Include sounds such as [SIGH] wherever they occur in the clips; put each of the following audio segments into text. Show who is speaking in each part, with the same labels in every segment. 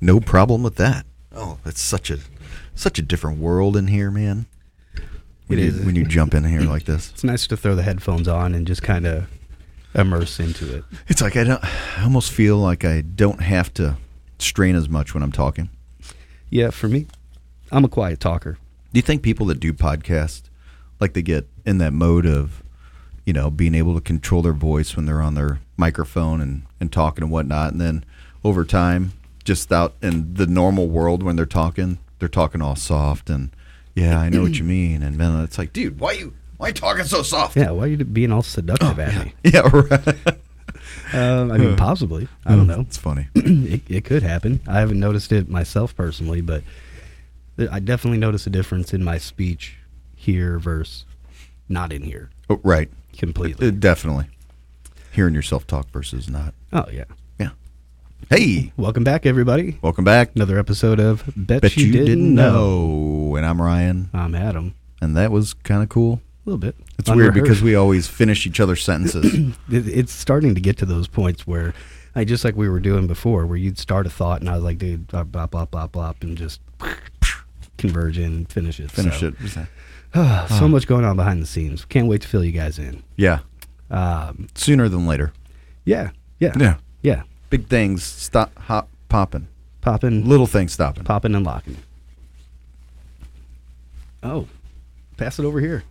Speaker 1: No problem with that. Oh, that's such a such a different world in here, man. When
Speaker 2: It
Speaker 1: you,
Speaker 2: is.
Speaker 1: when you jump in here like this,
Speaker 2: It's nice to throw the headphones on and just kind of immerse into it.
Speaker 1: it's like I don't. I almost feel like I don't have to strain as much when I'm talking.
Speaker 2: Yeah, for me, I'm a quiet talker.
Speaker 1: Do you think people that do podcasts, like they get in that mode of, you know, being able to control their voice when they're on their microphone and, and talking and whatnot, and then over time, just out in the normal world when they're talking, they're talking all soft and, yeah, I know what you mean, and then it's like, dude, why you why you talking so soft?
Speaker 2: Yeah, why are you being all seductive at me?
Speaker 1: [LAUGHS] Yeah, right.
Speaker 2: Oh, [LAUGHS] Um, I mean, possibly. I don't know.
Speaker 1: It's funny. [CLEARS THROAT]
Speaker 2: it, it could happen. I haven't noticed it myself personally, but th- I definitely notice a difference in my speech here versus not in here
Speaker 1: Oh, right.
Speaker 2: completely. [LAUGHS]
Speaker 1: Uh, definitely. Hearing yourself talk versus not.
Speaker 2: Oh yeah.
Speaker 1: Yeah. Hey,
Speaker 2: Welcome back, everybody.
Speaker 1: welcome back.
Speaker 2: Another episode of Bet,
Speaker 1: Bet you, didn't, know. And I'm Ryan,
Speaker 2: I'm Adam.
Speaker 1: and that was kind of cool.
Speaker 2: A little bit.
Speaker 1: It's weird because
Speaker 2: [LAUGHS] Unrehearsed.
Speaker 1: we always finish each other's
Speaker 2: [COUGHS]
Speaker 1: sentences.
Speaker 2: It- it's starting to get to those points where I just like we were doing before, where you'd start a thought and I was like, dude, blah blah blah blah blah, and just converge in, and finish it.
Speaker 1: finish
Speaker 2: so.
Speaker 1: it.
Speaker 2: so much going on behind the scenes. Can't wait to fill you guys in.
Speaker 1: Yeah.
Speaker 2: Um,
Speaker 1: Sooner than later.
Speaker 2: yeah, yeah, yeah.
Speaker 1: Big things stop hop popping.
Speaker 2: Popping,
Speaker 1: Little things stopping.
Speaker 2: popping, and locking. Oh, pass it over here.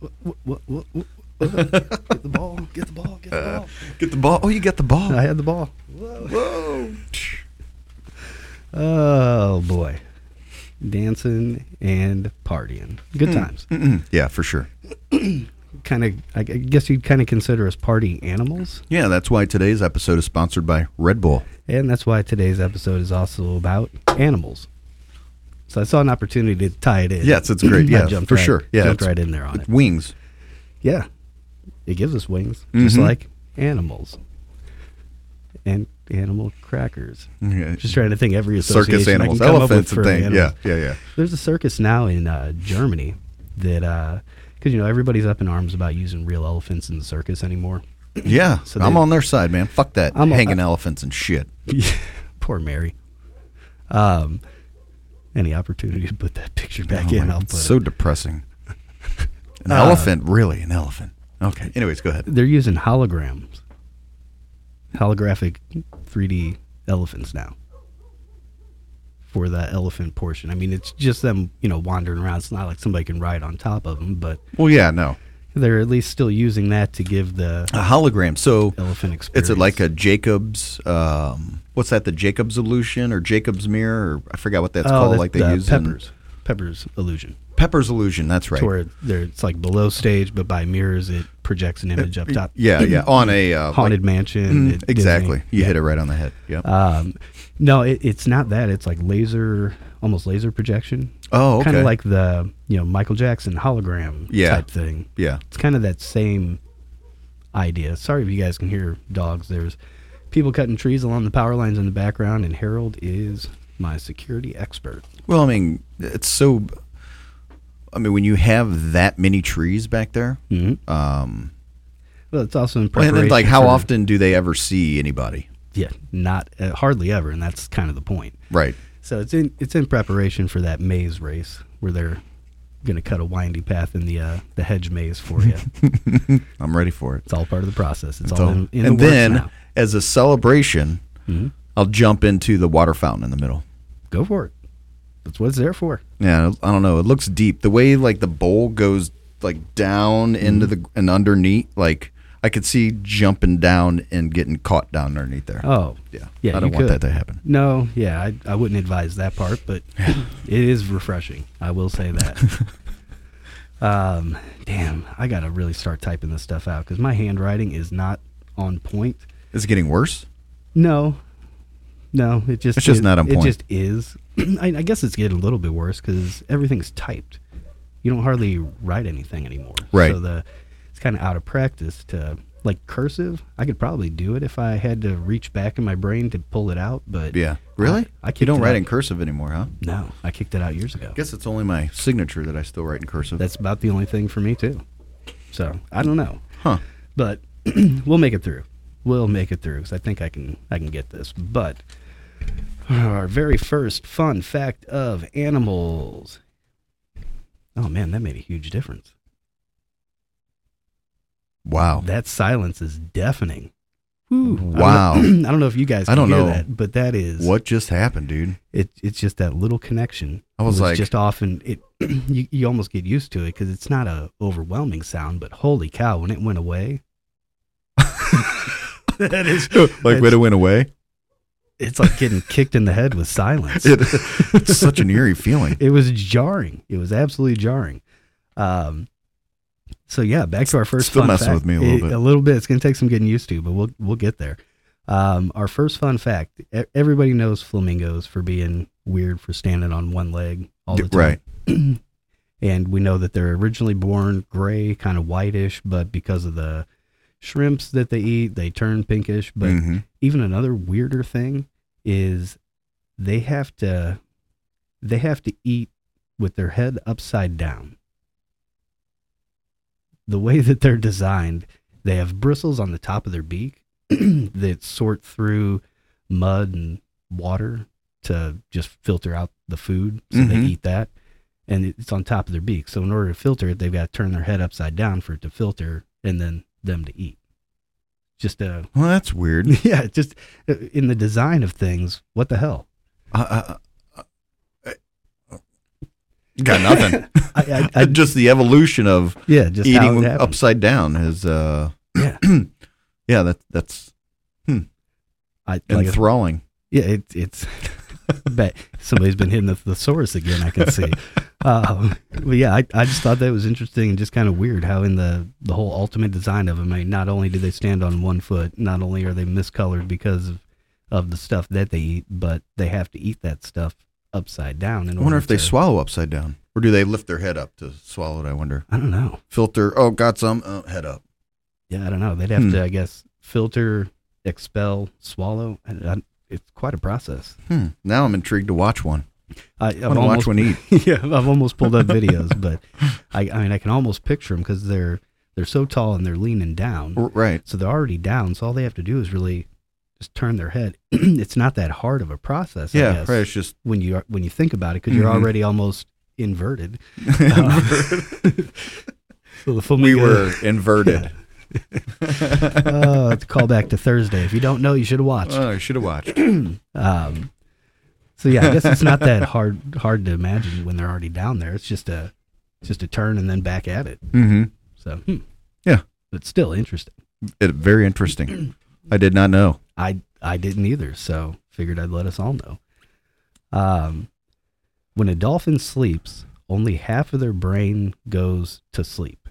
Speaker 2: What, what, what, what, get the ball! Get the ball! Get the ball!
Speaker 1: Get the ball. Oh, you got the ball.
Speaker 2: I had the ball.
Speaker 1: Whoa.
Speaker 2: Oh boy, dancing and partying. Good times.
Speaker 1: Mm, yeah, for sure.
Speaker 2: Kind of. I g- I guess you'd kind of consider us party animals,
Speaker 1: Yeah, that's why today's episode is sponsored by Red Bull.
Speaker 2: and that's why today's episode is also about animals. So I saw an opportunity to tie it in.
Speaker 1: Yes, it's great.
Speaker 2: [CLEARS THROAT] I
Speaker 1: Yeah,
Speaker 2: jumped
Speaker 1: for
Speaker 2: right-
Speaker 1: sure. Yeah,
Speaker 2: jumped
Speaker 1: it's-
Speaker 2: right in there on it.
Speaker 1: Wings.
Speaker 2: Yeah, it gives us wings, just
Speaker 1: Mhm.
Speaker 2: like animals and animal crackers.
Speaker 1: Yeah.
Speaker 2: Just trying to think every association
Speaker 1: Circus
Speaker 2: I can
Speaker 1: animals,
Speaker 2: come up with
Speaker 1: elephants and
Speaker 2: for
Speaker 1: things.
Speaker 2: animals.
Speaker 1: Yeah, yeah, yeah.
Speaker 2: There's a circus now in uh, Germany that because you know everybody's up in arms about using real elephants in the circus anymore. [LAUGHS]
Speaker 1: Yeah,
Speaker 2: So
Speaker 1: I'm
Speaker 2: they-
Speaker 1: on their side, man. Fuck that
Speaker 2: I'm a-
Speaker 1: hanging elephants and shit.
Speaker 2: Poor Mary. Um, any opportunity to put that picture back
Speaker 1: Oh
Speaker 2: in?
Speaker 1: my-
Speaker 2: I'll put
Speaker 1: it's
Speaker 2: it. Uh,
Speaker 1: so depressing. An elephant, really? An elephant? Okay. Anyways, go ahead.
Speaker 2: they're using holograms, holographic 3D elephants now for the elephant portion. I mean, it's just them, you know, wandering around. It's not like somebody can ride on top of them, but
Speaker 1: Well, yeah, no,
Speaker 2: they're at least still using that to give the
Speaker 1: a hologram. So
Speaker 2: elephant
Speaker 1: it's
Speaker 2: experience.
Speaker 1: a, like a Jacob's. Um, what's that? The Jacob's illusion or Jacob's mirror? Or I forgot what that's
Speaker 2: oh,
Speaker 1: called.
Speaker 2: that's
Speaker 1: Like they
Speaker 2: the
Speaker 1: use in-
Speaker 2: peppers, peppers illusion.
Speaker 1: Pepper's illusion. That's right.
Speaker 2: To where they're, it's like below stage, but by mirrors it projects an image up top.
Speaker 1: Uh, Yeah, yeah. On a uh, like-
Speaker 2: Haunted mansion. at Disney.
Speaker 1: exactly. You hit it right on the head. Yep.
Speaker 2: Um, no, it, it's not that. It's like laser, almost laser projection.
Speaker 1: Oh,
Speaker 2: Kind
Speaker 1: okay.
Speaker 2: of like the you know Michael Jackson hologram
Speaker 1: Yeah.
Speaker 2: type thing.
Speaker 1: yeah.
Speaker 2: It's kind of that same idea. Sorry if you guys can hear dogs. There's people cutting trees along the power lines in the background, and Harold is my security expert.
Speaker 1: Well, I mean, it's so. I mean, when you have that many trees back there,
Speaker 2: Mm-hmm.
Speaker 1: um,
Speaker 2: Well, it's also in
Speaker 1: and
Speaker 2: preparation.
Speaker 1: then, like, how
Speaker 2: for-
Speaker 1: often do they ever see anybody?
Speaker 2: Yeah, not uh, hardly ever, and that's kind of the point.
Speaker 1: Right.
Speaker 2: So it's in it's in preparation for that maze race where they're going to cut a windy path in the uh, the hedge maze for
Speaker 1: [LAUGHS]
Speaker 2: you.
Speaker 1: I'm ready for it.
Speaker 2: it's all part of the process. It's, all
Speaker 1: So-
Speaker 2: in, in
Speaker 1: and
Speaker 2: the works
Speaker 1: then,
Speaker 2: now.
Speaker 1: as a celebration,
Speaker 2: Mhm.
Speaker 1: I'll jump into the water fountain in the middle.
Speaker 2: Go for it. That's what it's there for.
Speaker 1: Yeah, I don't know. It looks deep. The way like the bowl goes like down
Speaker 2: Mm-hmm.
Speaker 1: into the and underneath, like I could see jumping down and getting caught down underneath there.
Speaker 2: Oh,
Speaker 1: yeah,
Speaker 2: yeah,
Speaker 1: I don't
Speaker 2: you
Speaker 1: want
Speaker 2: could.
Speaker 1: that to happen.
Speaker 2: No, yeah, I, I wouldn't advise that part, but it is refreshing. I will say that. um, damn, I gotta really start typing this stuff out because my handwriting is not on point.
Speaker 1: Is it getting worse?
Speaker 2: No, No, it just
Speaker 1: It's just
Speaker 2: it-
Speaker 1: not on
Speaker 2: It
Speaker 1: point.
Speaker 2: just is. [CLEARS THROAT] I, I guess it's getting a little bit worse because everything's typed. You don't hardly write anything anymore.
Speaker 1: Right.
Speaker 2: So the it's kind of out of practice to like cursive. I could probably do it if I had to reach back in my brain to pull it out, but
Speaker 1: Yeah. Really?
Speaker 2: I
Speaker 1: you
Speaker 2: kicked
Speaker 1: don't
Speaker 2: it
Speaker 1: write
Speaker 2: out.
Speaker 1: in cursive anymore, huh?
Speaker 2: no, I kicked it out years ago.
Speaker 1: guess it's only my signature that I still write in cursive.
Speaker 2: That's about the only thing for me too. So I don't know,
Speaker 1: huh.
Speaker 2: but [CLEARS THROAT] we'll make it through. We'll make it through because I think I can. I can get this. But our very first fun fact of animals. Oh man, that made a huge difference.
Speaker 1: Wow.
Speaker 2: That silence is deafening. Whew. I don't know-
Speaker 1: Wow.
Speaker 2: [CLEARS THROAT] I don't know, if you guys. Can
Speaker 1: I don't
Speaker 2: hear
Speaker 1: know.
Speaker 2: that, but that is
Speaker 1: What just happened,
Speaker 2: [LAUGHS]
Speaker 1: dude?
Speaker 2: It, it's just that little connection.
Speaker 1: I was
Speaker 2: It
Speaker 1: like-
Speaker 2: just often it. [CLEARS THROAT] you, you almost get used to it because it's not a overwhelming sound, but holy cow, when it
Speaker 1: [LAUGHS]
Speaker 2: went away, [LAUGHS] that is
Speaker 1: like when it went away?
Speaker 2: it's like getting kicked in the head with silence.
Speaker 1: [LAUGHS] It, it's such an eerie feeling.
Speaker 2: It was jarring. It was absolutely jarring. Um, so yeah, back to our first
Speaker 1: Still
Speaker 2: fun
Speaker 1: messing
Speaker 2: fact.
Speaker 1: with me a little
Speaker 2: It-
Speaker 1: bit.
Speaker 2: A little bit. It's going to take some getting used to, but we'll we'll get there. Um, our first fun fact: E- everybody knows flamingos for being weird for standing on one leg all the
Speaker 1: D-
Speaker 2: time,
Speaker 1: right.
Speaker 2: and we know that they're originally born gray, kind of whitish, but because of the shrimps that they eat, they turn pinkish. But
Speaker 1: Mhm.
Speaker 2: even another weirder thing is they have to they have to eat with their head upside down the way that they're designed they have bristles on the top of their beak [CLEARS THROAT] that sort through mud and water to just filter out the food so they
Speaker 1: Mhm.
Speaker 2: eat that and it's on top of their beak so in order to filter it they've got to turn their head upside down for it to filter and then them to eat just a
Speaker 1: Well, that's weird.
Speaker 2: [LAUGHS] yeah, it's just uh, in the design of things, what the hell?
Speaker 1: I, I- I- I- got
Speaker 2: [LAUGHS]
Speaker 1: nothing.
Speaker 2: I, I,
Speaker 1: [LAUGHS]
Speaker 2: I,
Speaker 1: just the evolution of
Speaker 2: yeah, just how
Speaker 1: eating
Speaker 2: it happened.
Speaker 1: upside down is, uh,
Speaker 2: [CLEARS THROAT] Yeah.
Speaker 1: yeah, that, that's
Speaker 2: I, like,
Speaker 1: enthralling.
Speaker 2: yeah, it, it's. [LAUGHS] bet somebody's been hitting the thesaurus again. I
Speaker 1: [LAUGHS]
Speaker 2: can see. Uh, but yeah, I, I just thought that was interesting and just kind of weird how in the the whole ultimate design of them, I mean, not only do they stand on one foot, not only are they miscolored because of, of the stuff that they eat, but they have to eat that stuff upside down. In
Speaker 1: I wonder
Speaker 2: order
Speaker 1: if they
Speaker 2: to-
Speaker 1: swallow upside down or do they lift their head up to swallow it? I wonder.
Speaker 2: I don't know.
Speaker 1: Filter. Oh, got some. Uh, head up.
Speaker 2: Yeah, I don't know. They'd have
Speaker 1: Hmm.
Speaker 2: to, I guess, filter, expel, swallow. I, I, it's quite a process.
Speaker 1: Hmm. Now I'm intrigued to watch one. I
Speaker 2: I, I've
Speaker 1: want to watch
Speaker 2: almost,
Speaker 1: one eat.
Speaker 2: [LAUGHS] yeah, I've almost pulled up videos, but I, I mean, I can almost picture them because they're they're so tall and they're leaning down,
Speaker 1: R- Right.
Speaker 2: so they're already down. So all they have to do is really just turn their head. [CLEARS THROAT] it's not that hard of a process. I
Speaker 1: Yeah.
Speaker 2: guess,
Speaker 1: Right. It's
Speaker 2: [LAUGHS]
Speaker 1: just [LAUGHS]
Speaker 2: When you are- when you think about it, because you're
Speaker 1: Mhm.
Speaker 2: already almost inverted. [LAUGHS] Uh, [LAUGHS] so the
Speaker 1: we
Speaker 2: flamingo-
Speaker 1: were
Speaker 2: [LAUGHS]
Speaker 1: inverted.
Speaker 2: Oh, it's a callback to Thursday. If you don't know, you
Speaker 1: [LAUGHS]
Speaker 2: should watch.
Speaker 1: Oh, I should have watched.
Speaker 2: Um, so yeah, I guess it's not that hard hard to imagine when they're already down there. It's just a it's just a turn and then back at it.
Speaker 1: Mm-hmm.
Speaker 2: So hmm.
Speaker 1: Yeah.
Speaker 2: but still interesting.
Speaker 1: It, very interesting. [CLEARS THROAT] I did not know.
Speaker 2: I I didn't either, so figured I'd let us all know. Um, when a dolphin sleeps, only half of their brain goes to sleep.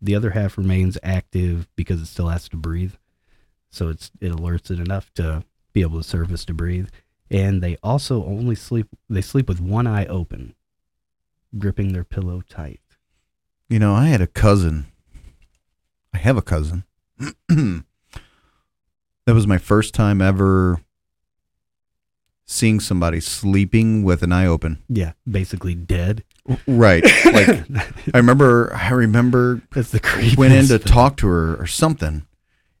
Speaker 2: The other half remains active because it still has to breathe. So it's it alerts it enough to be able to surface to breathe. And they also only sleep they sleep with one eye open, gripping their pillow tight.
Speaker 1: You know, I had a cousin. I have a cousin. [CLEARS THROAT] that was my first time ever seeing somebody sleeping with an eye open.
Speaker 2: Yeah, basically dead. [LAUGHS]
Speaker 1: [LAUGHS] Right. Like I remember. I remember
Speaker 2: That's the creep.
Speaker 1: went in to talk to her or something,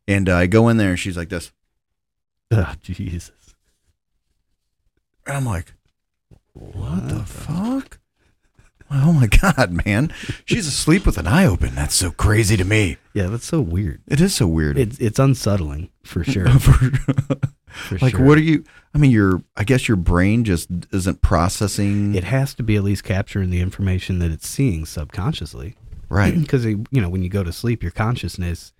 Speaker 1: and I go in there and she's like this,
Speaker 2: [LAUGHS] Oh, Jesus.
Speaker 1: and I'm like,
Speaker 2: What
Speaker 1: the fuck? Oh my [LAUGHS] god, man! She's asleep with an eye open. That's so crazy to me.
Speaker 2: Yeah, that's so weird.
Speaker 1: It is so weird.
Speaker 2: It's it's unsettling
Speaker 1: [LAUGHS]
Speaker 2: for sure.
Speaker 1: Mm-hmm.
Speaker 2: for
Speaker 1: like,
Speaker 2: sure.
Speaker 1: what are you? I mean, your I guess your brain just isn't processing
Speaker 2: It has to be at least capturing the information that it's seeing subconsciously, [CLEARS THROAT]
Speaker 1: [CLEARS THROAT] right.
Speaker 2: Because you know when you go to sleep, your consciousness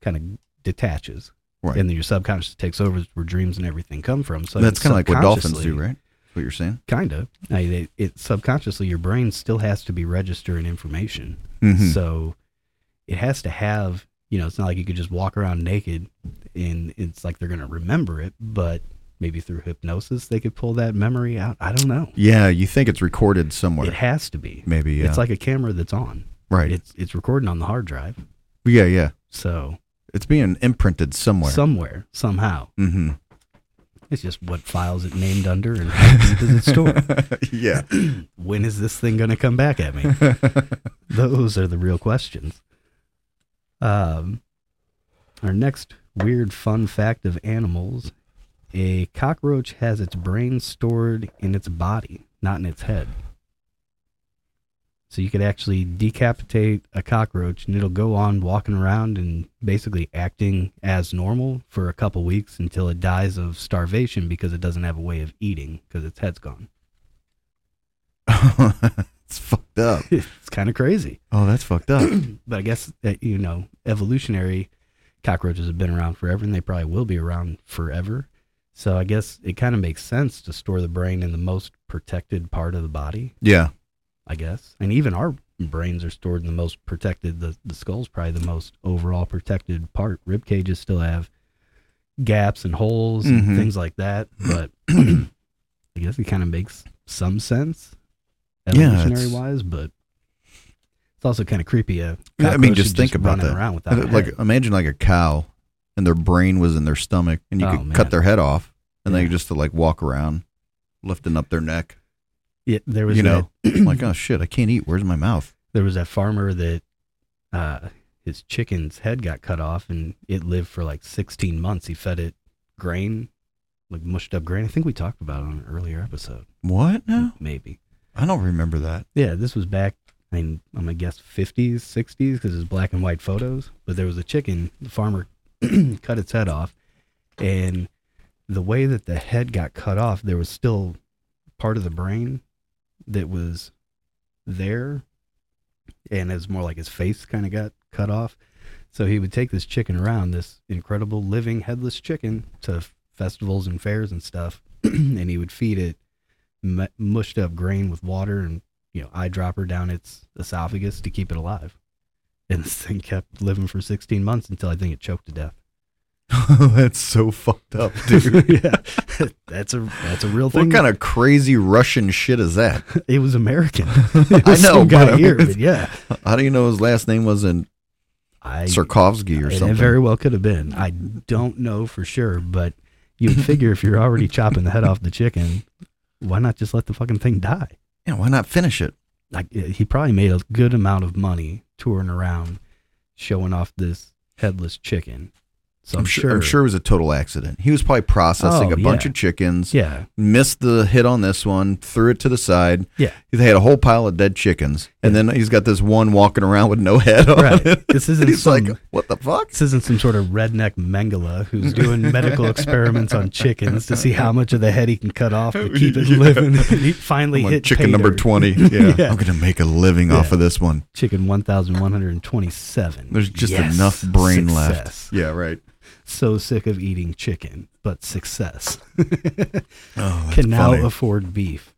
Speaker 2: kind of detaches,
Speaker 1: Right.
Speaker 2: and then your subconscious takes over where dreams and everything come from. So
Speaker 1: That's kind of like what dolphins do,
Speaker 2: subconsciously-
Speaker 1: right? That's what you're saying?
Speaker 2: Kind of. I- It, it subconsciously, your brain still has to be registering information.
Speaker 1: Mhm.
Speaker 2: So it has to have, you know, it's not like you could just walk around naked and it's like they're going to remember it, but Maybe through hypnosis, they could pull that memory out. I don't know.
Speaker 1: Yeah, you think it's recorded somewhere.
Speaker 2: It has to be.
Speaker 1: Maybe yeah.
Speaker 2: It's like a camera that's on.
Speaker 1: right.
Speaker 2: It's it's recording on the hard drive.
Speaker 1: yeah, yeah.
Speaker 2: So
Speaker 1: It's being imprinted somewhere.
Speaker 2: somewhere, somehow,
Speaker 1: mm-hmm.
Speaker 2: it's just what files it named under and how deep does
Speaker 1: [LAUGHS]
Speaker 2: it store.
Speaker 1: [LAUGHS] yeah.
Speaker 2: when is this thing going to come back at me? Those are the real questions. Um, our next weird fun fact of animals a cockroach has its brain stored in its body, not in its head. So you could actually decapitate a cockroach and it'll go on walking around and basically acting as normal for a couple weeks until it dies of starvation because it doesn't have a way of eating because its head's gone. [LAUGHS]
Speaker 1: it's fucked up.
Speaker 2: it's kind of crazy.
Speaker 1: Oh, that's fucked up. [CLEARS THROAT]
Speaker 2: [CLEARS THROAT] but I guess that you know, evolutionary cockroaches have been around forever, and they probably will be around forever. So I guess it kind of makes sense to store the brain in the most protected part of the body.
Speaker 1: yeah.
Speaker 2: I guess, and even our brains are stored in the most protected. The the skull's probably the most overall protected part. Rib cages still have gaps and holes
Speaker 1: Mhm.
Speaker 2: and things
Speaker 1: [CLEARS THROAT]
Speaker 2: like that. But I guess it kind of makes some sense,
Speaker 1: Yeah, it's-
Speaker 2: evolutionary wise. But it's also kind of creepy. A
Speaker 1: Yeah, I mean,
Speaker 2: cockroach
Speaker 1: just
Speaker 2: is
Speaker 1: think about
Speaker 2: running
Speaker 1: that.
Speaker 2: Around without a
Speaker 1: like
Speaker 2: head.
Speaker 1: imagine like a cow and their brain was in their stomach and you
Speaker 2: Oh,
Speaker 1: could
Speaker 2: man.
Speaker 1: cut their head off and they
Speaker 2: Yeah.
Speaker 1: just to like walk around lifting up their neck.
Speaker 2: Yeah, there was
Speaker 1: you
Speaker 2: that,
Speaker 1: know, like oh shit, I can't eat. Where's my mouth?
Speaker 2: there was that farmer that uh, his chicken's head got cut off, and it lived for like 16 months. He fed it grain, like mushed up grain. I think we talked about it on an earlier episode,
Speaker 1: What? No,
Speaker 2: maybe.
Speaker 1: I don't remember
Speaker 2: [LAUGHS]
Speaker 1: that.
Speaker 2: Yeah, this was back. I mean, I'm gonna guess 50s, 60s, because it's black and white photos. But there was a chicken. The farmer [CLEARS THROAT] cut its head off, and the way that the head got cut off, there was still part of the brain that was there, and it's more like his face kind of got cut off. So he would take this chicken around, this incredible living headless chicken, to festivals and fairs and stuff, [CLEARS THROAT] and he would feed it mu- mushed up grain with water and you know, eyedropper down its esophagus to keep it alive. And this thing kept living for 16 months until I think it choked to death.
Speaker 1: That's so fucked
Speaker 2: [LAUGHS]
Speaker 1: up, dude.
Speaker 2: yeah, that's a that's a real
Speaker 1: what
Speaker 2: thing.
Speaker 1: kind of crazy Russian shit is that?
Speaker 2: it
Speaker 1: [LAUGHS]
Speaker 2: was American. It
Speaker 1: I
Speaker 2: was
Speaker 1: know. but
Speaker 2: some guy
Speaker 1: I mean,
Speaker 2: here,
Speaker 1: it's-
Speaker 2: but yeah,
Speaker 1: How do you know his last name wasn't
Speaker 2: I
Speaker 1: Sarkovsky or
Speaker 2: and
Speaker 1: something?
Speaker 2: it very well could have been. I don't know for sure, but you'd figure if
Speaker 1: [LAUGHS]
Speaker 2: you're already chopping the head off the chicken, why not just let the fucking thing die?
Speaker 1: yeah, why not finish it?
Speaker 2: like uh, he probably made a good amount of money touring around showing off this headless chicken. So I'm,
Speaker 1: sure. I'm sure it was a total accident. He was probably processing
Speaker 2: Oh,
Speaker 1: a bunch
Speaker 2: yeah.
Speaker 1: of chickens.
Speaker 2: Yeah.
Speaker 1: missed the hit on this one, threw it to the side. [LAUGHS]
Speaker 2: Yeah.
Speaker 1: They had a whole pile of dead chickens, and then he's got this one walking around with no head on
Speaker 2: Right.
Speaker 1: it. [LAUGHS]
Speaker 2: This isn't
Speaker 1: he's
Speaker 2: some
Speaker 1: like, what the fuck?
Speaker 2: this isn't some sort of redneck
Speaker 1: [LAUGHS]
Speaker 2: Mengele who's doing medical experiments on chickens to see how much of the head he can cut off to keep
Speaker 1: [LAUGHS]
Speaker 2: it
Speaker 1: Yeah.
Speaker 2: living. [LAUGHS] he finally
Speaker 1: I'm like,
Speaker 2: hit
Speaker 1: chicken
Speaker 2: pay
Speaker 1: number
Speaker 2: dirt. [LAUGHS]
Speaker 1: twenty. Yeah.
Speaker 2: Yeah.
Speaker 1: I'm gonna make a living off
Speaker 2: Yeah.
Speaker 1: of this one.
Speaker 2: Chicken one thousand one hundred and twenty seven.
Speaker 1: There's just enough brain left. Yeah, right.
Speaker 2: So sick of eating chicken, but success. [LAUGHS]
Speaker 1: Oh, that's
Speaker 2: can now
Speaker 1: funny.
Speaker 2: afford beef.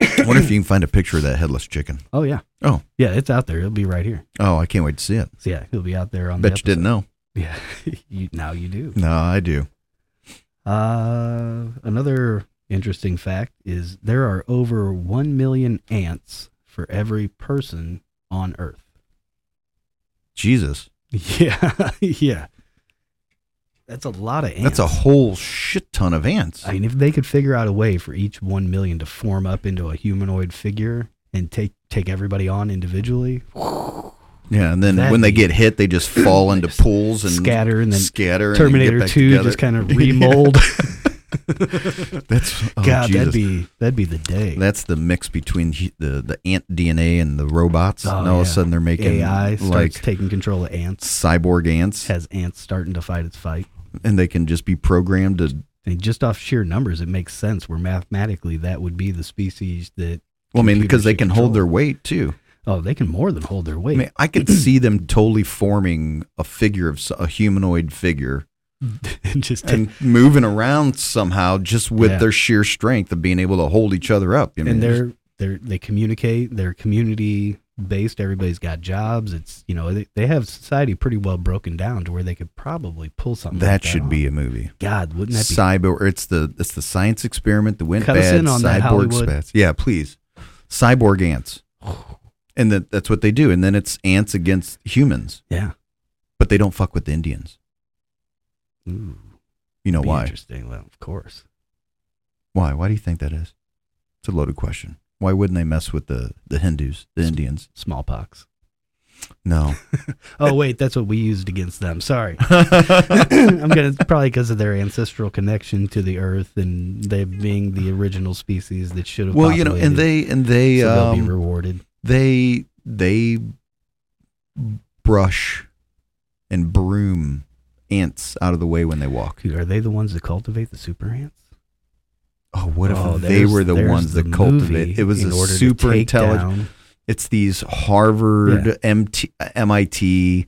Speaker 1: I wonder if you can find a picture of that headless chicken.
Speaker 2: Oh yeah.
Speaker 1: Oh.
Speaker 2: Yeah, it's out there. It'll be right here.
Speaker 1: Oh, I can't wait to see it.
Speaker 2: So yeah, he'll be out there on
Speaker 1: Bet
Speaker 2: the
Speaker 1: you didn't know.
Speaker 2: [LAUGHS] Yeah, you, now you do.
Speaker 1: No, I do.
Speaker 2: Uh, another interesting fact is there are over 1 million ants for every person on Earth.
Speaker 1: [LAUGHS] Jesus,
Speaker 2: Yeah, [LAUGHS] yeah. That's a lot of ants.
Speaker 1: that's a whole shit ton of ants.
Speaker 2: I mean, if they could figure out a way for each 1 million to form up into a humanoid figure and take take everybody on individually,
Speaker 1: yeah, and then
Speaker 2: That'd
Speaker 1: when they
Speaker 2: be-
Speaker 1: get hit, they just fall
Speaker 2: [CLEARS THROAT]
Speaker 1: into pools and
Speaker 2: scatter and then
Speaker 1: scatter. and then get
Speaker 2: Terminator
Speaker 1: back
Speaker 2: 2
Speaker 1: together.
Speaker 2: just kind of
Speaker 1: [LAUGHS] Yeah.
Speaker 2: remold.
Speaker 1: That's oh,
Speaker 2: God,
Speaker 1: Jesus.
Speaker 2: that'd be that'd be the day.
Speaker 1: That's the mix between he- the the ant DNA and the robots.
Speaker 2: Oh,
Speaker 1: and all of a
Speaker 2: yeah.
Speaker 1: sudden they're making
Speaker 2: AI starts
Speaker 1: like
Speaker 2: taking control of ants,
Speaker 1: cyborg ants,
Speaker 2: has ants starting to fight its fight.
Speaker 1: and they can just be programmed to.
Speaker 2: And just off sheer numbers, it makes sense where mathematically that would be the species that,
Speaker 1: Well, I mean,
Speaker 2: Computers
Speaker 1: because they
Speaker 2: should
Speaker 1: can
Speaker 2: control
Speaker 1: hold their weight too.
Speaker 2: oh, they can more than hold their
Speaker 1: I
Speaker 2: weight.
Speaker 1: mean, I
Speaker 2: [CLEARS THROAT]
Speaker 1: could see them totally forming a figure of s- a humanoid figure
Speaker 2: [LAUGHS] and just take-
Speaker 1: and moving around somehow just with
Speaker 2: Yeah.
Speaker 1: their sheer strength of being able to hold each other up. I mean,
Speaker 2: and they're, they're, they communicate, their community based. Everybody's got jobs. It's you know they, they have society pretty well broken down to where they could probably pull something. like
Speaker 1: That should
Speaker 2: off.
Speaker 1: be a movie.
Speaker 2: God, wouldn't that be?
Speaker 1: Cyber. It's the it's the science experiment that went
Speaker 2: Cut us
Speaker 1: bad.
Speaker 2: in on that,
Speaker 1: cyborg
Speaker 2: Hollywood.
Speaker 1: spats. Yeah, please. Cyborg ants, and that that's what they do. And then it's ants against humans,
Speaker 2: [SIGHS] yeah.
Speaker 1: but they don't fuck with the Indians.
Speaker 2: Ooh,
Speaker 1: You know
Speaker 2: be
Speaker 1: why?
Speaker 2: Interesting. Well, of course.
Speaker 1: Why? Why do you think that is? It's a loaded question. Why wouldn't they mess with the the Hindus, the Indians?
Speaker 2: Smallpox. [LAUGHS]
Speaker 1: No. [LAUGHS]
Speaker 2: Oh wait, that's what we used against them. Sorry. [LAUGHS] I'm gonna probably because of their ancestral connection to the earth and they being the original species that should have.
Speaker 1: well, you know, and
Speaker 2: populated,
Speaker 1: they and they
Speaker 2: so they'll be
Speaker 1: um,
Speaker 2: rewarded.
Speaker 1: they they brush and broom ants out of the way when they walk.
Speaker 2: Dude, are they the ones that cultivate the super ants?
Speaker 1: Oh, what if
Speaker 2: Oh,
Speaker 1: they
Speaker 2: there's-
Speaker 1: were the
Speaker 2: there's
Speaker 1: ones that
Speaker 2: movie
Speaker 1: cultivate? It was
Speaker 2: in
Speaker 1: a
Speaker 2: order to
Speaker 1: super
Speaker 2: take
Speaker 1: intelligent.
Speaker 2: down-
Speaker 1: It's these Harvard, MT, MIT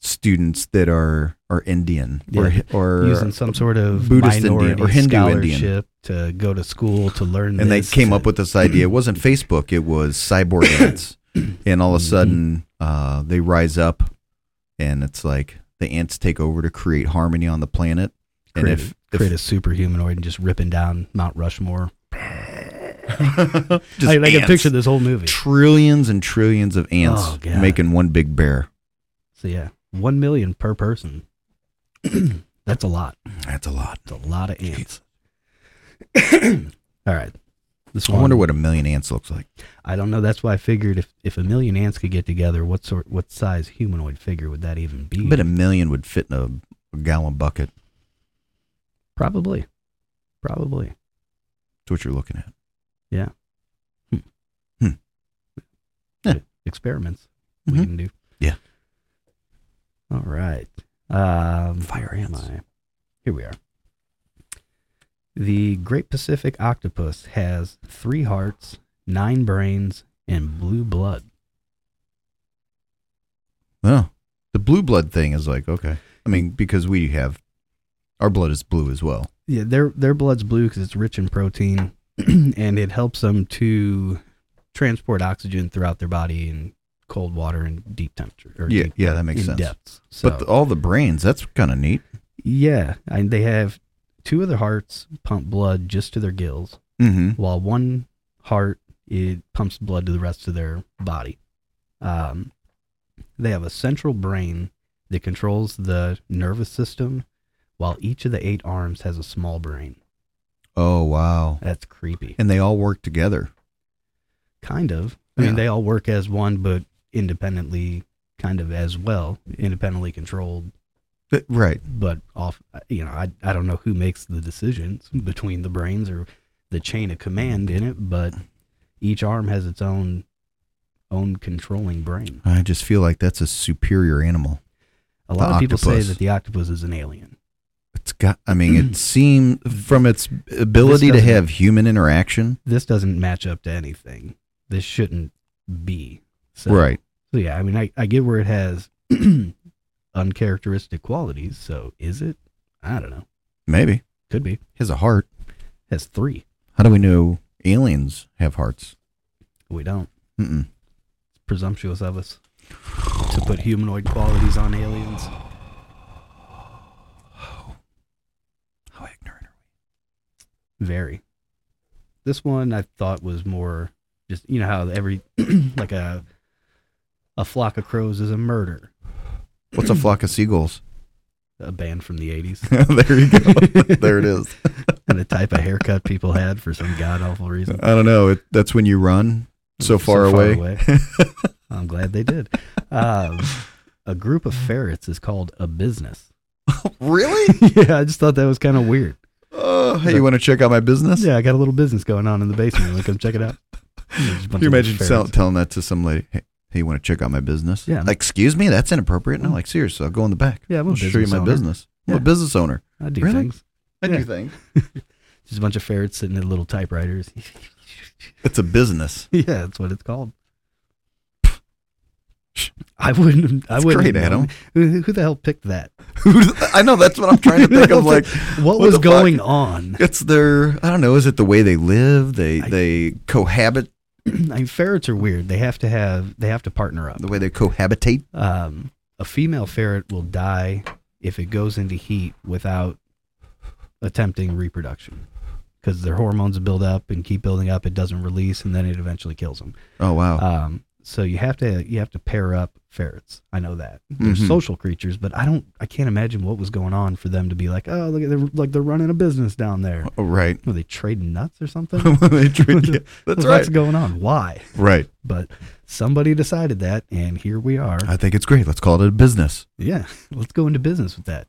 Speaker 1: students that are are Indian
Speaker 2: Yeah.
Speaker 1: or or
Speaker 2: using some sort of
Speaker 1: Buddhist Indian
Speaker 2: minority
Speaker 1: or Hindu Indian.
Speaker 2: scholarship to go to school to learn.
Speaker 1: and they
Speaker 2: this,
Speaker 1: came
Speaker 2: to-
Speaker 1: up with this idea. It wasn't Facebook; it was
Speaker 2: [COUGHS]
Speaker 1: cyborg ants. And all of
Speaker 2: Mm-hmm.
Speaker 1: a sudden, uh, they rise up, and it's like the ants take over to create harmony on the planet. And
Speaker 2: create,
Speaker 1: if,
Speaker 2: create
Speaker 1: [LAUGHS]
Speaker 2: a
Speaker 1: if
Speaker 2: super humanoid and just ripping down Mount Rushmore.
Speaker 1: just
Speaker 2: I, I can
Speaker 1: ants,
Speaker 2: picture this whole movie.
Speaker 1: trillions and trillions of ants
Speaker 2: Oh, God.
Speaker 1: making one big bear.
Speaker 2: So yeah, one million per person. [CLEARS THROAT] That's a lot.
Speaker 1: That's a lot.
Speaker 2: That's a lot of ants. All right. This
Speaker 1: I wonder what a million ants looks like.
Speaker 2: I don't know. That's why I figured if, if a million ants could get together, what sort, what size humanoid figure would that even be?
Speaker 1: I bet a million would fit in a, a gallon bucket.
Speaker 2: probably, probably.
Speaker 1: That's what you're looking at.
Speaker 2: experiments we
Speaker 1: Mhm.
Speaker 2: can do.
Speaker 1: Yeah.
Speaker 2: All right. Um,
Speaker 1: Fire
Speaker 2: where am
Speaker 1: ants.
Speaker 2: I? Here we are. The Great Pacific Octopus has three hearts, nine brains, and blue blood.
Speaker 1: No, the blue blood thing is like okay. I mean, because we have our blood is blue as well.
Speaker 2: Yeah, their their blood's blue because it's rich in protein, [CLEARS THROAT] and it helps them to transport oxygen throughout their body in cold water and deep temperature. Or
Speaker 1: Yeah,
Speaker 2: deep,
Speaker 1: yeah, that makes
Speaker 2: in
Speaker 1: sense.
Speaker 2: Depths. So,
Speaker 1: But the, all the brains, that's kind of neat.
Speaker 2: Yeah, and they have two of their hearts pump blood just to their gills,
Speaker 1: Mm-hmm.
Speaker 2: while one heart it pumps blood to the rest of their body. Um, they have a central brain that controls the nervous system, while each of the eight arms has a small brain.
Speaker 1: Oh wow!
Speaker 2: That's creepy.
Speaker 1: And they all work together.
Speaker 2: Kind of. I
Speaker 1: Yeah.
Speaker 2: mean, they all work as one, but independently, kind of as well, independently controlled.
Speaker 1: But- right.
Speaker 2: but off you know I, I don't know who makes the decisions between the brains or the chain of command in it but each arm has its own own controlling brain
Speaker 1: I just feel like that's a superior animal.
Speaker 2: a lot of people say
Speaker 1: octopus.
Speaker 2: that the octopus is an alien
Speaker 1: It's got. I mean,
Speaker 2: [CLEARS THROAT]
Speaker 1: it seems from its ability to
Speaker 2: doesn't-
Speaker 1: have human interaction.
Speaker 2: this doesn't match up to anything this shouldn't be so,
Speaker 1: Right.
Speaker 2: so yeah i mean i, I get where it has [CLEARS THROAT] uncharacteristic qualities so is it i don't know
Speaker 1: Maybe
Speaker 2: could be
Speaker 1: has a heart.
Speaker 2: has three
Speaker 1: How do we know aliens have hearts?
Speaker 2: we don't [SIGHS]
Speaker 1: Mm-mm.
Speaker 2: presumptuous of us to put humanoid qualities on aliens.
Speaker 1: How ignorant.
Speaker 2: Very. This one I thought was more just you know how every [CLEARS THROAT] like a a flock of crows is a murder.
Speaker 1: What's a flock of seagulls? [LAUGHS]
Speaker 2: A band from the eighties. [LAUGHS]
Speaker 1: there you go. [LAUGHS] there it is.
Speaker 2: and the type of haircut people had for some god awful reason.
Speaker 1: I don't know. It, that's when you run [LAUGHS] so far, away.
Speaker 2: I'm glad they did. Um, a group of ferrets is called a business.
Speaker 1: [LAUGHS] [LAUGHS] really?
Speaker 2: yeah, [LAUGHS] I just thought that was kind of weird.
Speaker 1: Oh, hey, you want to check out my business?
Speaker 2: [LAUGHS] Yeah, I got a little business going on in the basement. You wanna Come check
Speaker 1: [LAUGHS]
Speaker 2: it out. There's a bunch
Speaker 1: Can you
Speaker 2: of
Speaker 1: imagine
Speaker 2: ferrets.
Speaker 1: sell, telling that to some lady? Hey, hey, you want to check out my business?
Speaker 2: Yeah. Mm.
Speaker 1: Like, excuse me, that's inappropriate. No, like, seriously, I'll go in the back.
Speaker 2: Yeah, I'm a
Speaker 1: I'll show you
Speaker 2: business
Speaker 1: my
Speaker 2: owner.
Speaker 1: business. I'm
Speaker 2: Yeah.
Speaker 1: a business owner.
Speaker 2: I do
Speaker 1: Really?
Speaker 2: things.
Speaker 1: I
Speaker 2: Yeah.
Speaker 1: do
Speaker 2: [LAUGHS]
Speaker 1: things.
Speaker 2: Just a bunch of ferrets sitting at little typewriters. [LAUGHS]
Speaker 1: It's a business. [LAUGHS]
Speaker 2: yeah, that's what it's called. I wouldn't. I
Speaker 1: That's
Speaker 2: wouldn't.
Speaker 1: great,
Speaker 2: have known. Who who the hell picked that?
Speaker 1: [LAUGHS] I know that's what I'm trying to
Speaker 2: [LAUGHS]
Speaker 1: think of. Like,
Speaker 2: what,
Speaker 1: what
Speaker 2: was
Speaker 1: the fuck?
Speaker 2: going on? [CLEARS THROAT]
Speaker 1: it's their. I don't know. Is it the way they live? They
Speaker 2: I-
Speaker 1: they cohabit
Speaker 2: I mean, ferrets are weird. They have to have they have to partner up.
Speaker 1: The way they cohabitate.
Speaker 2: Um, a female ferret will die if it goes into heat without attempting reproduction because their hormones build up and keep building up. It doesn't release, and then it eventually kills them.
Speaker 1: Oh wow.
Speaker 2: Um, so you have to you have to pair up ferrets. I know that they're
Speaker 1: Mhm.
Speaker 2: social creatures, but I don't I can't imagine what was going on for them to be like, oh look at they're like they're running a business down there.
Speaker 1: oh, right. [LAUGHS]
Speaker 2: Are they trading nuts or something?
Speaker 1: Yeah,
Speaker 2: [LAUGHS]
Speaker 1: [LAUGHS] That's right.
Speaker 2: What's going on? Why?
Speaker 1: Right.
Speaker 2: But somebody decided that, and here we are.
Speaker 1: I think it's great. Let's call it a business.
Speaker 2: yeah, let's go into business with that.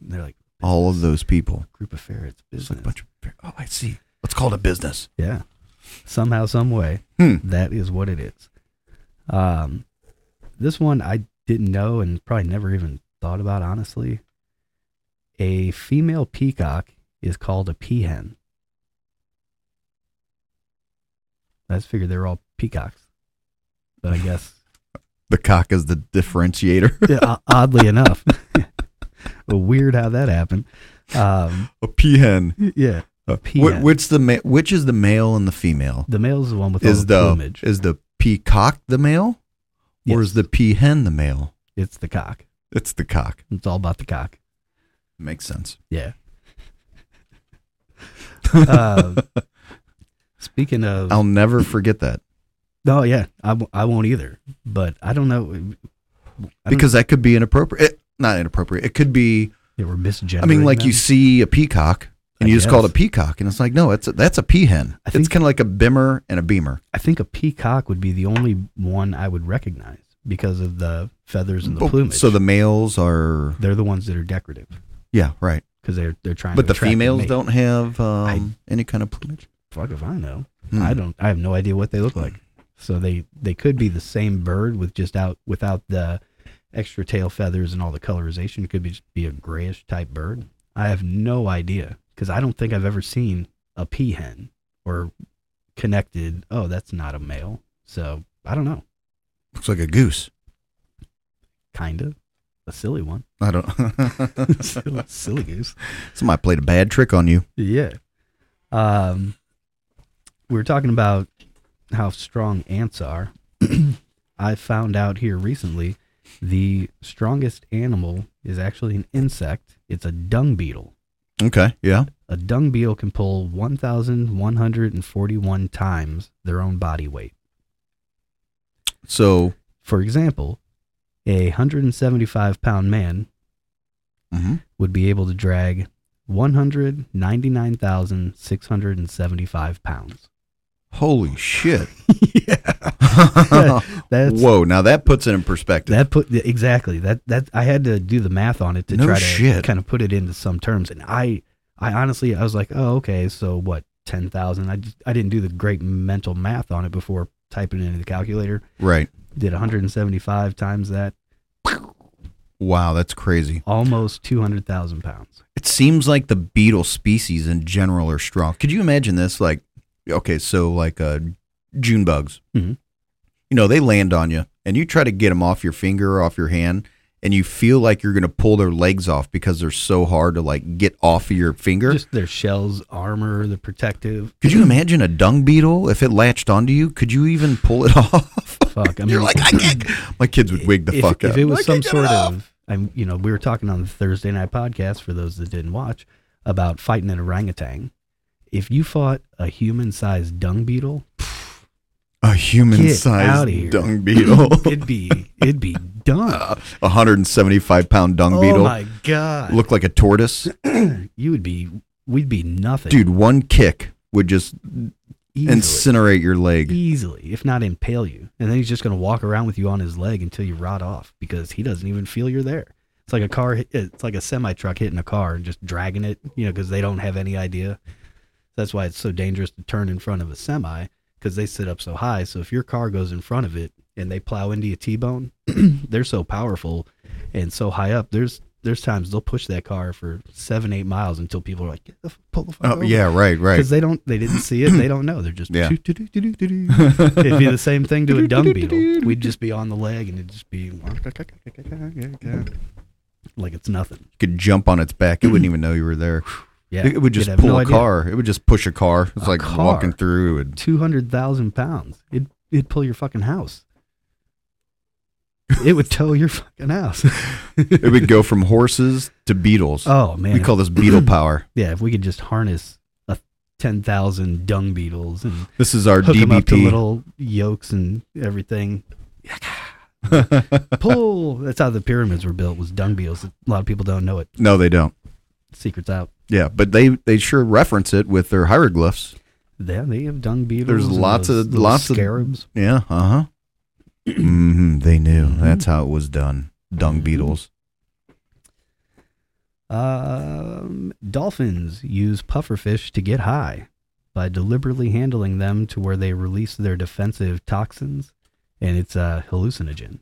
Speaker 2: And they're like
Speaker 1: All of those people.
Speaker 2: group of ferrets
Speaker 1: It's
Speaker 2: business.
Speaker 1: like a bunch of. Oh, I see. Let's call it a business.
Speaker 2: Yeah. Somehow, some way,
Speaker 1: Hmm.
Speaker 2: that is what it is. Um, this one I didn't know and probably never even thought about, honestly. A female peacock is called a peahen. I just figured they were all peacocks, but
Speaker 1: [LAUGHS]
Speaker 2: I guess
Speaker 1: The cock is the differentiator. [LAUGHS]
Speaker 2: yeah, o- oddly enough, [LAUGHS] weird how that happened. Um,
Speaker 1: a peahen.
Speaker 2: yeah,
Speaker 1: Uh, wh-
Speaker 2: Peahen.
Speaker 1: which the ma- which is the male and the female?
Speaker 2: the male's the one with all
Speaker 1: Is
Speaker 2: the,
Speaker 1: the
Speaker 2: plumage.
Speaker 1: is the peacock the male or
Speaker 2: Yes,
Speaker 1: is the peahen the male?
Speaker 2: it's the cock.
Speaker 1: It's the cock.
Speaker 2: It's all about the cock.
Speaker 1: Makes sense. [LAUGHS]
Speaker 2: Yeah. um, speaking of,
Speaker 1: I'll never forget that
Speaker 2: oh yeah, I, w- I won't either. But I don't know. I don't-
Speaker 1: because that could be inappropriate. Not inappropriate. It could be.
Speaker 2: they were misgendering.
Speaker 1: I mean, like you
Speaker 2: them.
Speaker 1: see a peacock and
Speaker 2: I
Speaker 1: you just call it a
Speaker 2: guess.
Speaker 1: peacock, and it's like no, it's a, that's a peahen.
Speaker 2: I
Speaker 1: It's
Speaker 2: think-
Speaker 1: kind of like a bimmer and a beamer.
Speaker 2: I think a peacock would be the only one I would recognize because of the feathers and the
Speaker 1: But-
Speaker 2: plumage.
Speaker 1: So the males are
Speaker 2: they're the ones that are decorative
Speaker 1: yeah right,
Speaker 2: because they're they're trying.
Speaker 1: but
Speaker 2: to
Speaker 1: the
Speaker 2: attract a
Speaker 1: females
Speaker 2: mate.
Speaker 1: don't have um, any kind of plumage.
Speaker 2: Fuck if I know.
Speaker 1: Hmm.
Speaker 2: I don't. I have no idea what they look like. So they they could be the same bird with just out without the extra tail feathers and all the colorization. It could be just be a grayish type bird. I have no idea because I don't think I've ever seen a peahen or connected. Oh, that's not a male. So I don't know.
Speaker 1: Looks like a goose.
Speaker 2: Kind of a silly one.
Speaker 1: I don't. [LAUGHS]
Speaker 2: silly, silly goose.
Speaker 1: Somebody played a bad trick on you.
Speaker 2: Yeah. Um, we were talking about how strong ants are. [CLEARS THROAT] I found out here recently the strongest animal is actually an insect. It's a dung beetle.
Speaker 1: Okay. Yeah.
Speaker 2: A dung beetle can pull 1,141 times their own body weight.
Speaker 1: So
Speaker 2: For example, a 175 pound man
Speaker 1: mhm.
Speaker 2: would be able to drag 199,675 pounds.
Speaker 1: holy [LAUGHS] shit.
Speaker 2: yeah. That's
Speaker 1: Whoa. Now that puts it in perspective.
Speaker 2: that put exactly that that I had to do the math on it to
Speaker 1: No
Speaker 2: try to
Speaker 1: shit.
Speaker 2: kind of put it into some terms. And I I honestly I was like, oh okay, so what ten thousand? I just, I didn't do the great mental math on it before typing it into the calculator.
Speaker 1: right.
Speaker 2: Did 175 times that,
Speaker 1: Wow. That's crazy.
Speaker 2: almost 200,000 pounds.
Speaker 1: It seems like the beetle species in general are strong. Could you imagine this? Like, okay, so like uh, June bugs,
Speaker 2: Mhm.
Speaker 1: you know, they land on you and you try to get them off your finger or off your hand, and you feel like you're going to pull their legs off because they're so hard to like get off of your finger.
Speaker 2: Just their shells, armor, the protective.
Speaker 1: could you imagine a dung beetle if it latched onto you? Could you even pull it [LAUGHS] off?
Speaker 2: Fuck, I mean,
Speaker 1: You're like, I
Speaker 2: [CLEARS THROAT]
Speaker 1: can't. My kids would wig the
Speaker 2: if,
Speaker 1: fuck
Speaker 2: if
Speaker 1: out.
Speaker 2: it was
Speaker 1: I
Speaker 2: some
Speaker 1: can't get it
Speaker 2: sort
Speaker 1: off.
Speaker 2: of, I'm, you know, we were talking on the Thursday night podcast for those that didn't watch about fighting an orangutan. If you fought a human-sized dung beetle,
Speaker 1: a
Speaker 2: outta here.
Speaker 1: human-sized dung
Speaker 2: [LAUGHS]
Speaker 1: beetle,
Speaker 2: it'd be
Speaker 1: [LAUGHS]
Speaker 2: it'd be done.
Speaker 1: a 175 pound dung
Speaker 2: Oh
Speaker 1: beetle.
Speaker 2: my god,
Speaker 1: look like a
Speaker 2: [LAUGHS]
Speaker 1: tortoise.
Speaker 2: you would be, we'd be nothing,
Speaker 1: Dude, one kick would just
Speaker 2: Easily,
Speaker 1: incinerate your leg.
Speaker 2: easily, if not impale you, and then he's just gonna walk around with you on his leg until you rot off because he doesn't even feel you're there. It's like a car, hit- it's like a semi truck hitting a car and just dragging it, you know, because they don't have any idea. That's why it's so dangerous to turn in front of a semi because they sit up so high. So if your car goes in front of it and they plow into your T-bone, [CLEARS THROAT] they're so powerful and so high up. There's there's times they'll push that car for seven eight miles until people are like, Get the, f- pull the fuck
Speaker 1: Oh,
Speaker 2: over.
Speaker 1: yeah, right, right.
Speaker 2: Because they don't, they didn't see it. They don't know. They're just.
Speaker 1: [CLEARS THROAT] Yeah.
Speaker 2: It'd be the same
Speaker 1: [LAUGHS]
Speaker 2: thing to a dung beetle. We'd just be on the leg, and it'd just be like it's nothing.
Speaker 1: could jump on its back. It wouldn't even know you were there.
Speaker 2: Yeah,
Speaker 1: It would
Speaker 2: you'd
Speaker 1: just
Speaker 2: have
Speaker 1: pull
Speaker 2: no
Speaker 1: a
Speaker 2: idea.
Speaker 1: car. It would just push a car. It's
Speaker 2: A
Speaker 1: like
Speaker 2: car.
Speaker 1: walking through. It would
Speaker 2: [LAUGHS] two hundred thousand pounds. It it'd pull your fucking house. It would tow your
Speaker 1: [LAUGHS]
Speaker 2: fucking house.
Speaker 1: it would go from horses to beetles.
Speaker 2: oh man,
Speaker 1: we call this
Speaker 2: [CLEARS THROAT]
Speaker 1: beetle power.
Speaker 2: yeah. If we could just harness a ten thousand dung beetles and
Speaker 1: This is our
Speaker 2: hook them up to
Speaker 1: DBP.
Speaker 2: little yokes and
Speaker 1: [LAUGHS]
Speaker 2: everything. Pull. That's how the pyramids were built. Was dung beetles. A lot of people don't know it.
Speaker 1: no, they don't.
Speaker 2: Secrets out.
Speaker 1: Yeah, but they they sure reference it with their hieroglyphs.
Speaker 2: Yeah, they have dung beetles.
Speaker 1: There's
Speaker 2: and
Speaker 1: lots
Speaker 2: those
Speaker 1: of-
Speaker 2: little
Speaker 1: lots of-
Speaker 2: scarabs.
Speaker 1: Yeah, uh [CLEARS THROAT] huh. hmm they knew
Speaker 2: Mhm.
Speaker 1: that's how it was done. Dung
Speaker 2: Mhm.
Speaker 1: beetles.
Speaker 2: Um, dolphins use pufferfish to get high by deliberately handling them to where they release their defensive toxins, and it's a
Speaker 1: [LAUGHS]
Speaker 2: hallucinogen.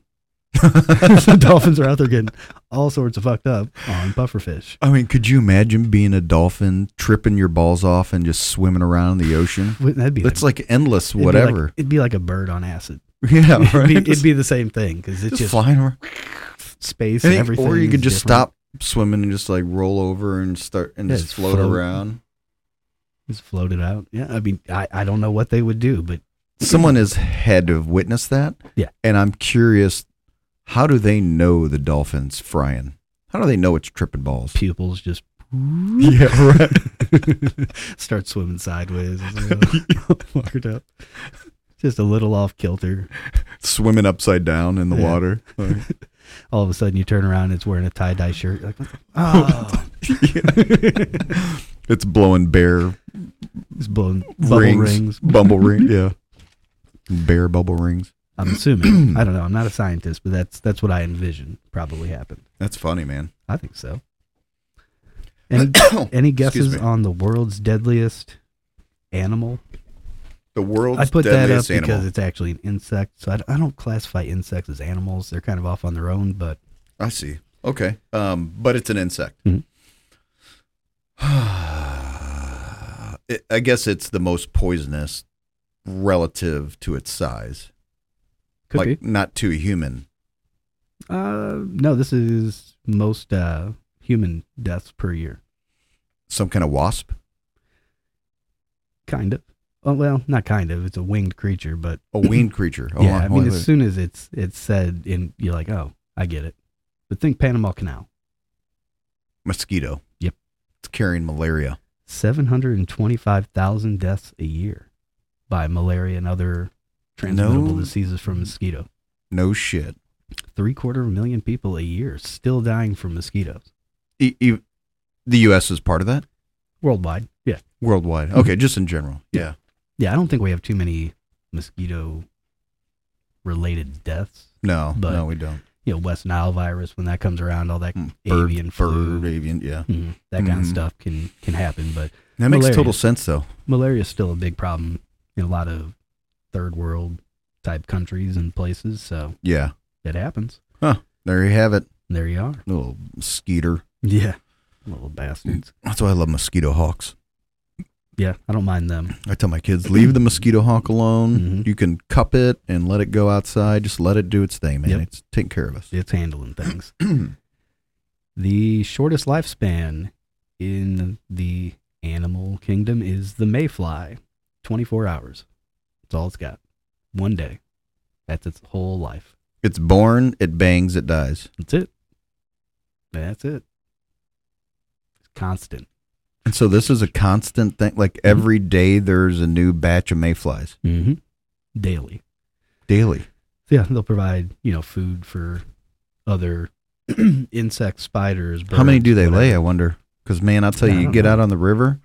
Speaker 2: [LAUGHS] so dolphins are out there getting all sorts of fucked up on pufferfish.
Speaker 1: I mean, could you imagine being a dolphin, tripping your balls off, and just swimming around in the ocean?
Speaker 2: Wouldn't that be?
Speaker 1: That's
Speaker 2: like,
Speaker 1: like endless,
Speaker 2: it'd be like-
Speaker 1: whatever. [LAUGHS]
Speaker 2: it'd be like a bird on acid.
Speaker 1: yeah, [LAUGHS] right.
Speaker 2: it'd, be,
Speaker 1: Just-
Speaker 2: it'd be the same thing because it's
Speaker 1: just,
Speaker 2: just,
Speaker 1: flying around.
Speaker 2: space
Speaker 1: And
Speaker 2: and
Speaker 1: it-
Speaker 2: everything.
Speaker 1: or you
Speaker 2: is
Speaker 1: could just
Speaker 2: different.
Speaker 1: stop swimming and just like roll over and start and
Speaker 2: Yeah,
Speaker 1: just
Speaker 2: just
Speaker 1: float,
Speaker 2: float.
Speaker 1: around.
Speaker 2: [LAUGHS] Just float it out. Yeah, I mean, I, I don't know what they would do, but
Speaker 1: Someone has had to have witnessed that.
Speaker 2: Yeah.
Speaker 1: And I'm curious, how do they know the dolphins frying? How do they know it's tripping balls?
Speaker 2: pupils just
Speaker 1: [LAUGHS] yeah, right.
Speaker 2: [LAUGHS] start swimming sideways.
Speaker 1: [LAUGHS]
Speaker 2: [LAUGHS] Walk it up. Just a little off kilter.
Speaker 1: Swimming upside down in the
Speaker 2: Yeah.
Speaker 1: water. Like,
Speaker 2: All of a sudden, you turn around and it's wearing a tie dye shirt. You're
Speaker 1: [LAUGHS]
Speaker 2: like, what the? Oh,
Speaker 1: yeah. it's blowing bear
Speaker 2: it's blowing bubble
Speaker 1: rings, [LAUGHS]
Speaker 2: rings.
Speaker 1: bubble ring. Yeah, bear bubble rings.
Speaker 2: I'm assuming. I don't know. I'm not a scientist, but that's that's what I envision probably happened.
Speaker 1: That's funny, man.
Speaker 2: I think so.
Speaker 1: [CLEARS THROAT] [COUGHS]
Speaker 2: Any any guesses
Speaker 1: me.
Speaker 2: on the world's deadliest animal?
Speaker 1: the world's
Speaker 2: I put that up
Speaker 1: deadliest
Speaker 2: because
Speaker 1: animal.
Speaker 2: it's actually an insect. So I d- I don't classify insects as animals. They're kind of off on their own, but
Speaker 1: I see. Okay. Um, but it's an insect.
Speaker 2: Mhm.
Speaker 1: [SIGHS] It- I guess it's the most poisonous relative to its size.
Speaker 2: could
Speaker 1: like
Speaker 2: be.
Speaker 1: not to a human.
Speaker 2: Uh, no, this is most uh, human deaths per year.
Speaker 1: Some kind of wasp,
Speaker 2: Kind of. Oh, well, not kind of. It's a winged creature, but
Speaker 1: a winged creature. Oh,
Speaker 2: Mm-hmm. yeah. I mean,
Speaker 1: oh,
Speaker 2: as soon as it's it's said, in you're like, oh, I get it. But think Panama Canal.
Speaker 1: mosquito.
Speaker 2: Yep.
Speaker 1: It's carrying malaria.
Speaker 2: Seven hundred and twenty-five thousand deaths a year by malaria and other transmittable
Speaker 1: No.
Speaker 2: diseases from mosquito.
Speaker 1: No shit.
Speaker 2: Three quarter of a million people a year still dying from mosquitoes
Speaker 1: E- e- the U.S. is part of that
Speaker 2: worldwide. Yeah,
Speaker 1: worldwide. Okay, just in general.
Speaker 2: Yeah.
Speaker 1: Yeah.
Speaker 2: yeah. I don't think we have too many mosquito-related deaths.
Speaker 1: No,
Speaker 2: But-
Speaker 1: no, we don't.
Speaker 2: you know, West Nile virus when that comes around, all that
Speaker 1: Mm,
Speaker 2: avian
Speaker 1: bird,
Speaker 2: flu,
Speaker 1: bird, avian. Yeah.
Speaker 2: mhm, that kind of
Speaker 1: Mhm.
Speaker 2: stuff can can happen. But
Speaker 1: That makes
Speaker 2: Malaria.
Speaker 1: total sense, though.
Speaker 2: malaria is still a big problem in a lot of third world type countries and places. So
Speaker 1: Yeah.
Speaker 2: it happens.
Speaker 1: There you have it.
Speaker 2: And there you are.
Speaker 1: Little skeeter.
Speaker 2: Yeah, little bastards.
Speaker 1: That's why I love mosquito hawks.
Speaker 2: Yeah, I don't mind them.
Speaker 1: I tell my kids, leave the mosquito hawk alone.
Speaker 2: Mhm.
Speaker 1: You can cup it and let it go outside. Just let it do its thing, man.
Speaker 2: Yep.
Speaker 1: It's taking care of us.
Speaker 2: It's
Speaker 1: [CLEARS THROAT]
Speaker 2: handling things. the shortest lifespan in the animal kingdom is the mayfly, twenty four hours. That's all it's got. One day. That's its whole life.
Speaker 1: It's born, it bangs, it dies.
Speaker 2: That's it. That's it. It's constant.
Speaker 1: And so this is a constant thing. Like every day, there's a new batch of mayflies
Speaker 2: Mm-hmm. Daily.
Speaker 1: daily.
Speaker 2: So yeah, they'll provide you know food for other [CLEARS THROAT] insects, spiders. Birds,
Speaker 1: How many do they lay? I
Speaker 2: whatever.
Speaker 1: wonder. Because man, I'll tell you,
Speaker 2: I
Speaker 1: you
Speaker 2: don't
Speaker 1: get
Speaker 2: know.
Speaker 1: out on the river.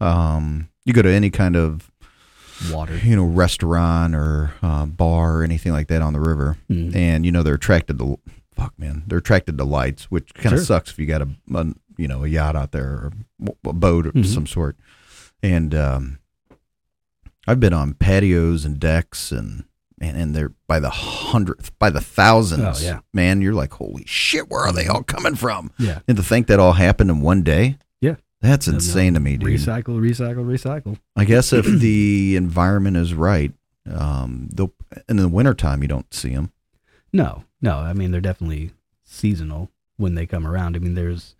Speaker 1: Um, you go to any kind of [LAUGHS]
Speaker 2: Water.
Speaker 1: you know restaurant or uh, bar or anything like that on the river.
Speaker 2: Mhm.
Speaker 1: and you know they're attracted to fuck man they're attracted to lights which kind of
Speaker 2: Sure.
Speaker 1: sucks if you got a, a you know a yacht out there or w- a boat of
Speaker 2: Mhm.
Speaker 1: some sort and um i've been on patios and decks and and, and they're by the hundredth by the thousands
Speaker 2: Oh, yeah.
Speaker 1: man you're like holy shit where are they all coming from
Speaker 2: Yeah.
Speaker 1: and to think that all happened in one day
Speaker 2: Yeah.
Speaker 1: that's
Speaker 2: No, no.
Speaker 1: insane to me dude
Speaker 2: Recycle, recycle, recycle.
Speaker 1: I guess [CLEARS THROAT] if the environment is right, um, they'll in the wintertime you don't see them.
Speaker 2: No, no. I mean, they're definitely seasonal when they come around. I mean, there's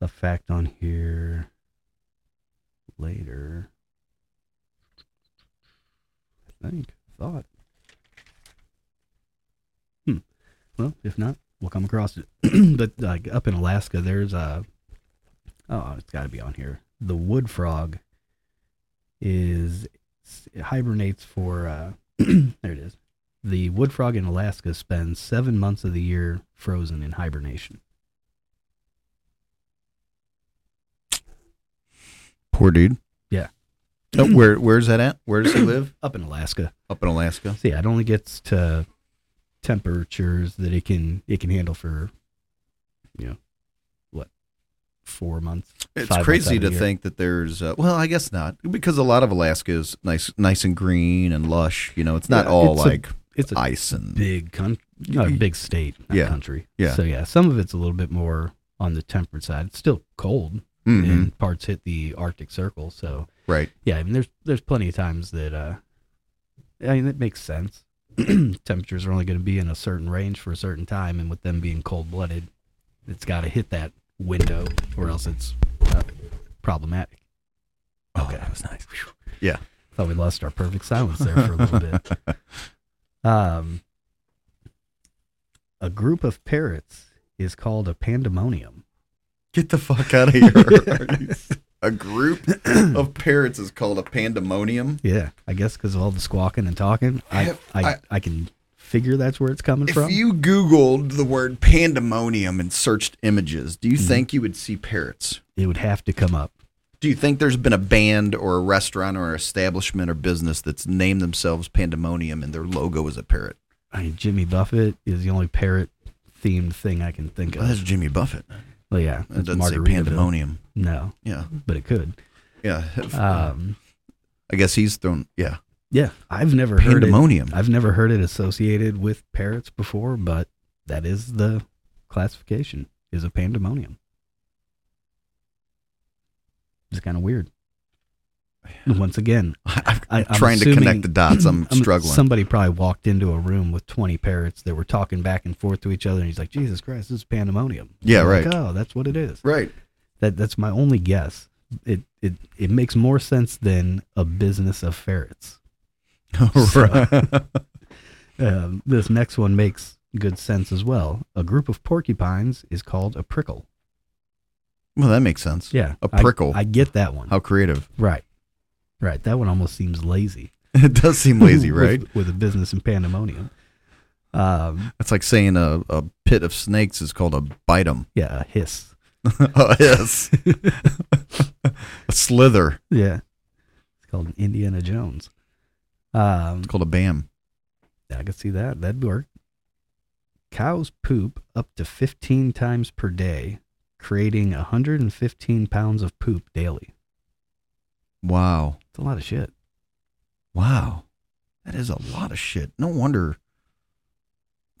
Speaker 2: a fact on here. later. I think. Thought. Hmm. Well, if not, we'll come across it. [CLEARS THROAT] but like up in Alaska, there's a. Oh, it's got to be on here. The wood frog is it hibernates for. Uh, [CLEARS THROAT] there it is. The wood frog in Alaska spends seven months of the year frozen in hibernation.
Speaker 1: Poor dude.
Speaker 2: Yeah.
Speaker 1: Oh, [CLEARS THROAT] where where's that at? Where does he live? [CLEARS THROAT]
Speaker 2: Up in Alaska,
Speaker 1: Up in Alaska.
Speaker 2: see, it only gets to temperatures that it can it can handle for, you know, what, four months.
Speaker 1: It's
Speaker 2: Five months out
Speaker 1: crazy
Speaker 2: of
Speaker 1: to
Speaker 2: the year.
Speaker 1: think that there's uh, well, I guess not because a lot of Alaska is nice, nice and green and lush. You know, it's not
Speaker 2: Yeah,
Speaker 1: all
Speaker 2: it's a-
Speaker 1: like
Speaker 2: It's a
Speaker 1: ice and
Speaker 2: big country, not a big state, not
Speaker 1: Yeah.
Speaker 2: country.
Speaker 1: Yeah.
Speaker 2: So yeah, some of it's a little bit more on the temperate side. It's still cold,
Speaker 1: Mhm.
Speaker 2: and parts hit the Arctic Circle. So
Speaker 1: right.
Speaker 2: yeah, I mean, there's there's plenty of times that uh, I mean, it makes sense. [CLEARS THROAT] Temperatures are only going to be in a certain range for a certain time, and with them being cold blooded, it's got to hit that window, or else it's uh, problematic.
Speaker 1: Okay, Oh, that was nice. Yeah.
Speaker 2: Thought we lost our perfect silence there for a little bit.
Speaker 1: [LAUGHS]
Speaker 2: Um, a group of parrots is called a pandemonium.
Speaker 1: Get the fuck out of [LAUGHS] here. Arnie's. a group of parrots is called a pandemonium.
Speaker 2: Yeah, I guess because of all the squawking and talking, I
Speaker 1: Have-
Speaker 2: I, I,
Speaker 1: I-
Speaker 2: can figure that's where it's coming
Speaker 1: If
Speaker 2: from.
Speaker 1: you Googled the word pandemonium and searched images, do you
Speaker 2: Mm-hmm.
Speaker 1: think you would see parrots?
Speaker 2: it would have to come up.
Speaker 1: Do you think there's been a band or a restaurant or an establishment or business that's named themselves Pandemonium and their logo is a parrot?
Speaker 2: I mean, Jimmy Buffett is the only parrot themed thing I can think
Speaker 1: Well, that's
Speaker 2: of.
Speaker 1: Jimmy Buffett.
Speaker 2: Well, yeah,
Speaker 1: It
Speaker 2: it's
Speaker 1: doesn't say
Speaker 2: Margaritaville.
Speaker 1: pandemonium.
Speaker 2: No,
Speaker 1: Yeah.
Speaker 2: but it could.
Speaker 1: Yeah.
Speaker 2: Um,
Speaker 1: I guess he's thrown. Yeah.
Speaker 2: yeah, I've never heard it.
Speaker 1: Pandemonium.
Speaker 2: I've never heard it associated with parrots before, but that is the classification is a pandemonium. It's kind of weird. Once again,
Speaker 1: [LAUGHS] I'm
Speaker 2: I, I'm
Speaker 1: trying to
Speaker 2: assuming-
Speaker 1: connect the dots. I'm
Speaker 2: [CLEARS THROAT] I'm-
Speaker 1: struggling.
Speaker 2: Somebody probably walked into a room with 20 parrots that were talking back and forth to each other, and he's like, "Jesus Christ, this is pandemonium."
Speaker 1: Yeah,
Speaker 2: I'm like,
Speaker 1: right.
Speaker 2: oh, that's what it is. [LAUGHS]
Speaker 1: right.
Speaker 2: That that's my only guess. It it it makes more sense than a business of ferrets.
Speaker 1: [LAUGHS] right.
Speaker 2: Um, this next one makes good sense as well. A group of porcupines is called a prickle.
Speaker 1: Well, that makes sense.
Speaker 2: Yeah,
Speaker 1: A
Speaker 2: I-
Speaker 1: prickle.
Speaker 2: I, get that one.
Speaker 1: How creative. [LAUGHS]
Speaker 2: Right, right. That one almost seems lazy.
Speaker 1: It does seem lazy,
Speaker 2: [LAUGHS] With-
Speaker 1: right?
Speaker 2: With, a business in pandemonium. Um,
Speaker 1: That's like saying a, a pit of snakes is called a bitum.
Speaker 2: yeah, a hiss.
Speaker 1: [LAUGHS] oh, yes. a slither.
Speaker 2: Yeah. It's called an Indiana Jones. Um,
Speaker 1: It's called a bam.
Speaker 2: I could see that. That'd work. Cows poop up to 15 times per day, creating 115 pounds of poop daily.
Speaker 1: Wow.
Speaker 2: It's a lot of shit.
Speaker 1: Wow. That is a lot of shit. No wonder.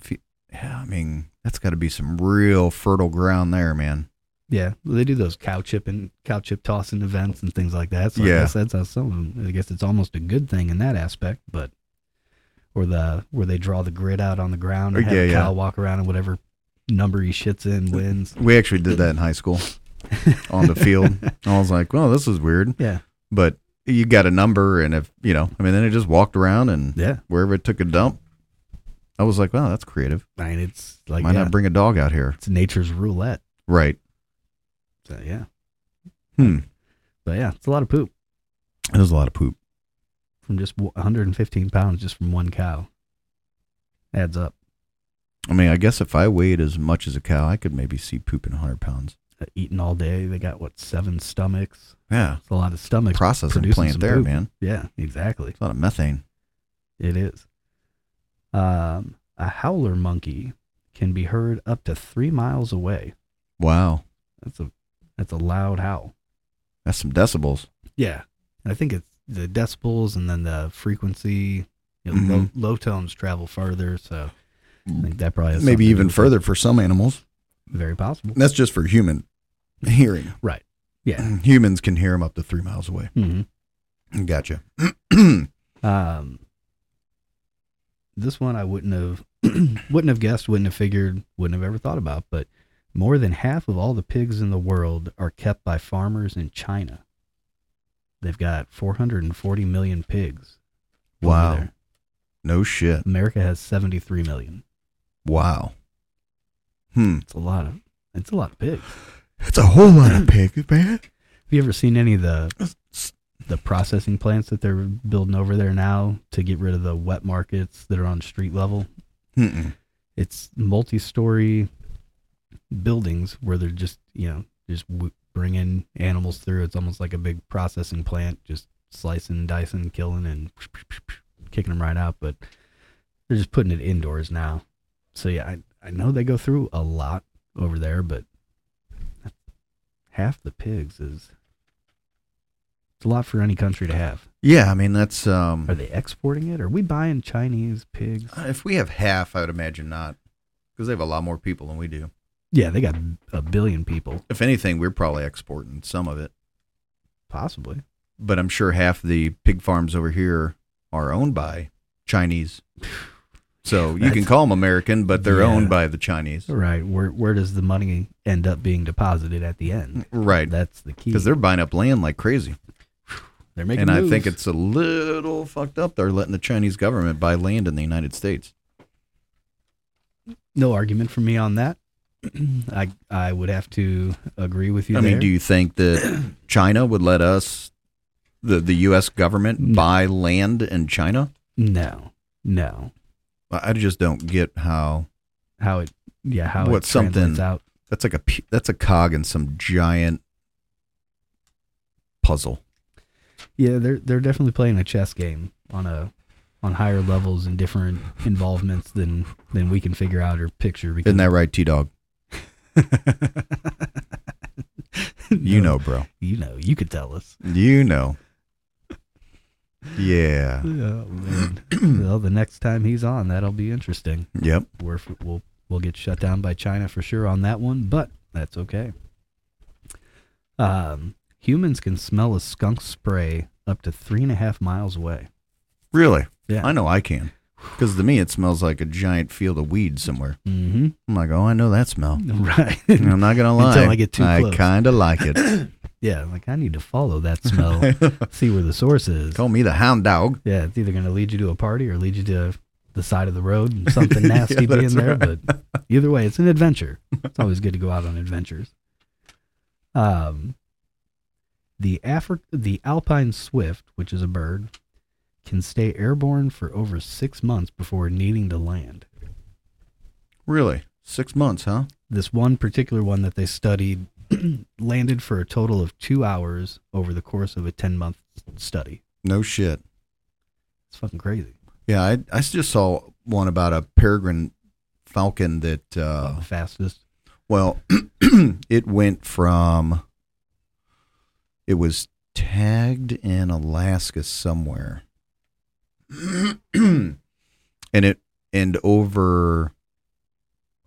Speaker 1: If you, yeah, I mean, that's got to be some real fertile ground there, man.
Speaker 2: Yeah, they do those cow chipping, cow chip tossing events and things like that. So I
Speaker 1: Yeah.
Speaker 2: guess that's how some of them. I guess it's almost a good thing in that aspect, but or the where they draw the grid out on the ground and have
Speaker 1: Uh, Yeah,
Speaker 2: a
Speaker 1: yeah.
Speaker 2: cow walk around and whatever number he
Speaker 1: [LAUGHS]
Speaker 2: shits in wins.
Speaker 1: We actually did that in high school on the field. I was like, well, this is weird.
Speaker 2: Yeah,
Speaker 1: But you got a number, and if, you know, I mean, then it just walked around and
Speaker 2: yeah.
Speaker 1: wherever it took a dump. I was like, wow, that's creative.
Speaker 2: I mean, it's like
Speaker 1: Might
Speaker 2: yeah,
Speaker 1: not bring a dog out here.
Speaker 2: it's nature's roulette.
Speaker 1: Right.
Speaker 2: So yeah,
Speaker 1: Hmm.
Speaker 2: but yeah, it's a lot of poop
Speaker 1: There's a lot of poop.
Speaker 2: from just w- 115 pounds just from one cow. Adds up.
Speaker 1: I mean, I guess if I weighed as much as a cow, I could maybe see poop in 100 pounds.
Speaker 2: Uh, Eating all day, they got what seven stomachs.
Speaker 1: Yeah.
Speaker 2: It's a lot of stomachs.
Speaker 1: Processing
Speaker 2: producing
Speaker 1: plant
Speaker 2: some
Speaker 1: there,
Speaker 2: poop.
Speaker 1: man.
Speaker 2: Yeah, exactly.
Speaker 1: It's a lot of methane.
Speaker 2: It is. Um, a howler monkey can be heard up to three miles away.
Speaker 1: Wow.
Speaker 2: That's a that's a loud howl.
Speaker 1: That's some decibels.
Speaker 2: Yeah, and I think it's the decibels and then the frequency. You know, low,
Speaker 1: Mm-hmm.
Speaker 2: low tones travel farther, so I think that probably has something
Speaker 1: Maybe
Speaker 2: to do
Speaker 1: even
Speaker 2: with it.
Speaker 1: further for some animals.
Speaker 2: Very possible.
Speaker 1: That's just for human [CLEARS THROAT] hearing.
Speaker 2: Right. Yeah.
Speaker 1: Humans can hear them up to three miles away.
Speaker 2: hmm
Speaker 1: Gotcha. [CLEARS THROAT]
Speaker 2: Um, this one I wouldn't have [CLEARS THROAT] wouldn't have guessed, wouldn't have figured, wouldn't have ever thought about. But more than half of all the pigs in the world are kept by farmers in China. They've got 440 million pigs. over
Speaker 1: Wow.
Speaker 2: there.
Speaker 1: No shit.
Speaker 2: America has 73 million.
Speaker 1: Wow. Hmm.
Speaker 2: It's a lot of it's a lot of pigs.
Speaker 1: That's a whole lot of pig, man.
Speaker 2: Have you ever seen any of the the processing plants that they're building over there now to get rid of the wet markets that are on street level?
Speaker 1: Mm-mm.
Speaker 2: It's multi-story buildings where they're just you know just w- bringing animals through. It's almost like a big processing plant, just slicing, dicing, killing, and kicking them right out. But they're just putting it indoors now. So yeah, I I know they go through a lot over there, but half the pigs is it's a lot for any country to have.
Speaker 1: Yeah, I mean that's um
Speaker 2: Are they exporting it? Are we buying Chinese pigs?
Speaker 1: if we have half, I would imagine not. Because they have a lot more people than we do.
Speaker 2: Yeah, they got a billion people,
Speaker 1: If anything, we're probably exporting some of it.
Speaker 2: possibly.
Speaker 1: But I'm sure half the pig farms over here are owned by Chinese.
Speaker 2: [LAUGHS]
Speaker 1: So you can
Speaker 2: That's-
Speaker 1: call them American, but they're
Speaker 2: Yeah.
Speaker 1: owned by the Chinese.
Speaker 2: Right. Where where does the money end up being deposited at the end?
Speaker 1: Right.
Speaker 2: That's the key.
Speaker 1: Because they're buying up land like crazy.
Speaker 2: they're making
Speaker 1: and I think it's a little fucked up. They're letting the Chinese government buy land in the United States.
Speaker 2: no argument for me on that. [CLEARS THROAT] I I would have to agree with you.
Speaker 1: I mean,
Speaker 2: there.
Speaker 1: do you think
Speaker 2: [CLEARS THROAT]
Speaker 1: that China would let us, the, the U.S. government,
Speaker 2: No.
Speaker 1: buy land in China?
Speaker 2: no no
Speaker 1: I I just don't get how
Speaker 2: how it yeah how
Speaker 1: What,
Speaker 2: it translates
Speaker 1: something-
Speaker 2: out
Speaker 1: that's like a p- that's a cog in some giant puzzle.
Speaker 2: Yeah, they're they're definitely playing a chess game on a on higher levels and different involvements than than we can figure out or picture. Because
Speaker 1: Isn't that right, T Dog?
Speaker 2: [LAUGHS]
Speaker 1: You know, bro.
Speaker 2: you know, you could tell us.
Speaker 1: You know. Yeah.
Speaker 2: Oh, man. [CLEARS THROAT] well, the next time he's on, that'll be interesting.
Speaker 1: Yep.
Speaker 2: We're, f- we'll we'll get shut down by China for sure on that one, but that's okay. Um, humans can smell a skunk spray up to three and a half miles away.
Speaker 1: Really?
Speaker 2: Yeah.
Speaker 1: I know I can. Because to me, it smells like a giant field of weed somewhere.
Speaker 2: Mm-hmm. [LAUGHS]
Speaker 1: I'm like, oh, I know that smell.
Speaker 2: Right.
Speaker 1: And I'm not gonna lie.
Speaker 2: [LAUGHS] Until I get too close.
Speaker 1: kind of like it.
Speaker 2: [LAUGHS] yeah. Like I need to follow that smell.
Speaker 1: [LAUGHS]
Speaker 2: see where the source is.
Speaker 1: Call me the hound dog.
Speaker 2: Yeah, it's either going to lead you to a party or lead you to the side of the road and something
Speaker 1: [LAUGHS]
Speaker 2: nasty
Speaker 1: Yeah,
Speaker 2: being
Speaker 1: that's
Speaker 2: there.
Speaker 1: right.
Speaker 2: But either way, it's an adventure. It's always good to go out on adventures. Um, the Afri- the alpine swift, which is a bird, can stay airborne for over six months before needing to land.
Speaker 1: Really? Six months, huh?
Speaker 2: This one particular one that they studied [CLEARS THROAT] landed for a total of two hours over the course of a ten month study.
Speaker 1: No shit.
Speaker 2: It's fucking crazy.
Speaker 1: Yeah, I I just saw one about a peregrine falcon that uh,
Speaker 2: the fastest.
Speaker 1: Well, [CLEARS THROAT] it went from it was tagged in Alaska somewhere. [CLEARS THROAT] and it and over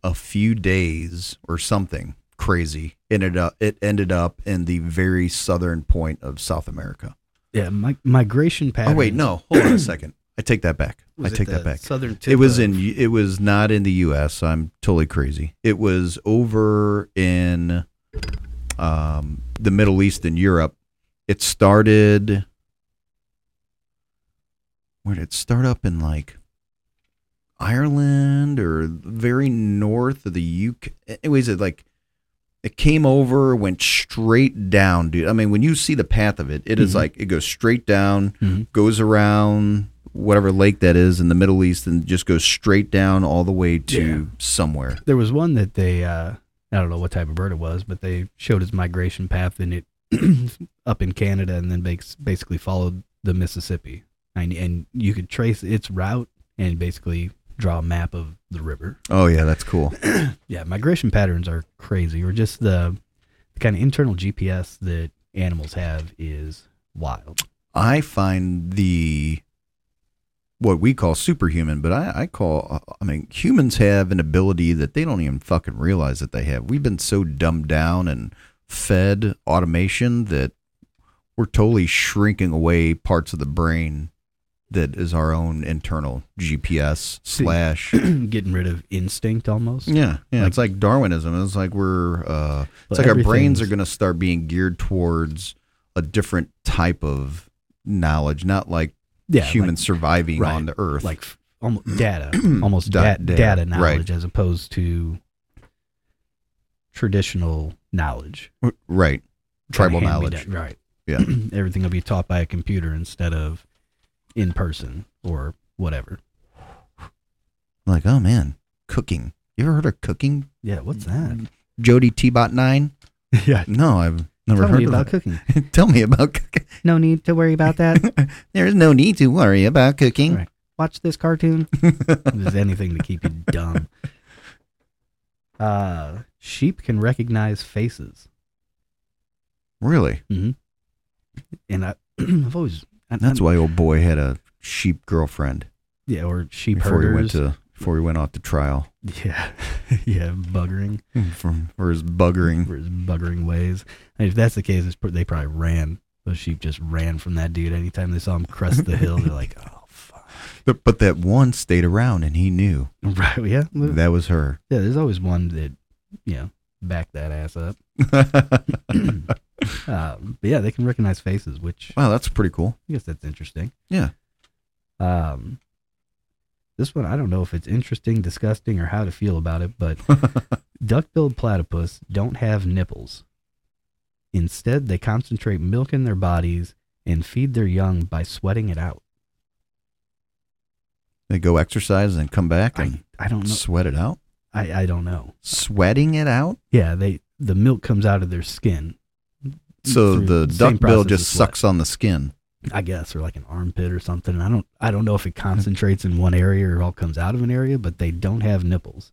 Speaker 1: a few days or something crazy ended up it ended up in the very southern point of South America.
Speaker 2: Yeah, mi- migration patterns.
Speaker 1: Oh wait, no, hold on a second. I take that back. I
Speaker 2: Was it
Speaker 1: take
Speaker 2: the
Speaker 1: that back
Speaker 2: Southern tip
Speaker 1: it was
Speaker 2: of-
Speaker 1: in it was not in the US. I'm totally crazy. It was over in um, the Middle East and Europe. It started where did it start up in like Ireland or very north of the UK. Anyways, it like it came over, went straight down, dude. I mean, when you see the path of it, it is
Speaker 2: Mhm.
Speaker 1: like it goes straight down,
Speaker 2: Mhm.
Speaker 1: goes around whatever lake that is in the Middle East, and just goes straight down all the way to
Speaker 2: Yeah.
Speaker 1: somewhere.
Speaker 2: There was one that they uh, I don't know what type of bird it was, but they showed his migration path and it [CLEARS THROAT] up in Canada and then bas- basically followed the Mississippi and and you could trace its route and basically draw a map of the river.
Speaker 1: Oh yeah, that's cool.
Speaker 2: Yeah, migration patterns are crazy. Or just the, the kind of internal GPS that animals have is wild. [CLEARS THROAT]
Speaker 1: I find the what we call superhuman, but I, I call uh, I mean humans have an ability that they don't even fucking realize that they have. We've been so dumbed down and fed automation that we're totally shrinking away parts of the brain that is our own internal GPS slash.
Speaker 2: Getting rid of instinct almost.
Speaker 1: Yeah, yeah.
Speaker 2: Like-
Speaker 1: it's like Darwinism. It's like we're uh,
Speaker 2: But
Speaker 1: it's like our brains
Speaker 2: everything's-
Speaker 1: are going to start being geared towards a different type of knowledge, not like
Speaker 2: yeah,
Speaker 1: human surviving
Speaker 2: right,
Speaker 1: on the earth.
Speaker 2: like, like f- almost data,
Speaker 1: [CLEARS THROAT]
Speaker 2: almost
Speaker 1: Da-
Speaker 2: da-
Speaker 1: Mm. data,
Speaker 2: data,
Speaker 1: right.
Speaker 2: knowledge as opposed to traditional knowledge,
Speaker 1: right. Tribal
Speaker 2: Kinda
Speaker 1: knowledge.
Speaker 2: hand-me-down- right?
Speaker 1: Yeah.
Speaker 2: [CLEARS THROAT] everything will be taught by a computer instead of in person or whatever.
Speaker 1: Like, oh man, cooking. You ever heard of cooking?
Speaker 2: Yeah, what's that? [LAUGHS]
Speaker 1: Jody T-Bot 9?
Speaker 2: yeah,
Speaker 1: No, Mm. I've never
Speaker 2: tell
Speaker 1: heard
Speaker 2: me
Speaker 1: of
Speaker 2: about
Speaker 1: that. [LAUGHS]
Speaker 2: cooking.
Speaker 1: Tell me about cooking.
Speaker 2: No need to worry about that.
Speaker 1: There's no need to worry about cooking.
Speaker 2: Right. Watch this cartoon. There's anything to keep you
Speaker 1: [LAUGHS]
Speaker 2: dumb. Uh, sheep can recognize faces,
Speaker 1: Really?
Speaker 2: and I, [CLEARS THROAT] I've always I-
Speaker 1: That's
Speaker 2: I-
Speaker 1: why old boy had a sheep girlfriend
Speaker 2: yeah, or sheep
Speaker 1: before he went
Speaker 2: herders.
Speaker 1: to before he went off to trial
Speaker 2: yeah, [LAUGHS] yeah, buggering
Speaker 1: from for his buggering.
Speaker 2: for his buggering ways. And if that's the case, it's, pr- they probably ran. Those sheep just ran from that dude. Anytime they saw him crest the hill, they're like, "Oh fuck!"
Speaker 1: But, but that one stayed around and he knew
Speaker 2: [LAUGHS] Right? Yeah, yeah.
Speaker 1: that was
Speaker 2: [CLEARS THROAT]
Speaker 1: her.
Speaker 2: There's always one that, you know, back that ass up. Uh, but yeah, they can recognize faces, which
Speaker 1: wow, that's pretty cool.
Speaker 2: I guess that's interesting.
Speaker 1: Yeah.
Speaker 2: Um, this one I don't know if it's interesting, disgusting, or how to feel about it,
Speaker 1: [LAUGHS]
Speaker 2: but duck-billed platypus don't have nipples. Instead, they concentrate milk in their bodies and feed their young by sweating it out.
Speaker 1: They go exercise and come back and
Speaker 2: I, I don't know.
Speaker 1: sweat it out.
Speaker 2: I, I don't know.
Speaker 1: Sweating it out.
Speaker 2: Yeah, they the milk comes out of their skin.
Speaker 1: So
Speaker 2: Mm, through
Speaker 1: the
Speaker 2: same
Speaker 1: duck bill
Speaker 2: process
Speaker 1: just
Speaker 2: as sweat,
Speaker 1: sucks on the skin.
Speaker 2: I guess, or like an armpit or something. I don't I don't know if it concentrates in one area or it all comes out of an area, but they don't have nipples.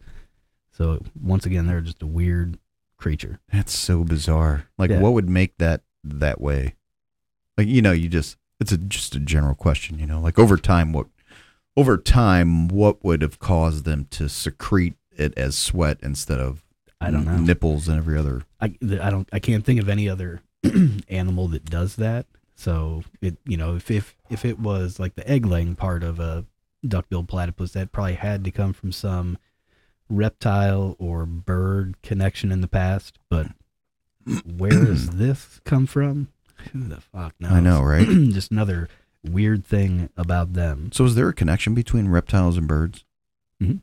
Speaker 2: So once again, they're just a weird creature.
Speaker 1: That's so bizarre. Like,
Speaker 2: Yeah.
Speaker 1: what would make that that way? Like, you know, you just it's a just a general question. You know, like over time, what over time, what would have caused them to secrete it as sweat instead of
Speaker 2: I don't know.
Speaker 1: nipples and every other
Speaker 2: I, th- I don't I can't think of any other [CLEARS THROAT] animal that does that. So it you know if if if it was like the egg laying part of a duck-billed platypus, that probably had to come from some reptile or bird connection in the past. But [CLEARS THROAT]
Speaker 1: [CLEARS THROAT]
Speaker 2: where does this come from? Who the fuck knows? [CLEARS THROAT]
Speaker 1: I know, right?
Speaker 2: Just another weird thing about them.
Speaker 1: So is there a connection between reptiles and birds? Mm-hmm.
Speaker 2: Mhm.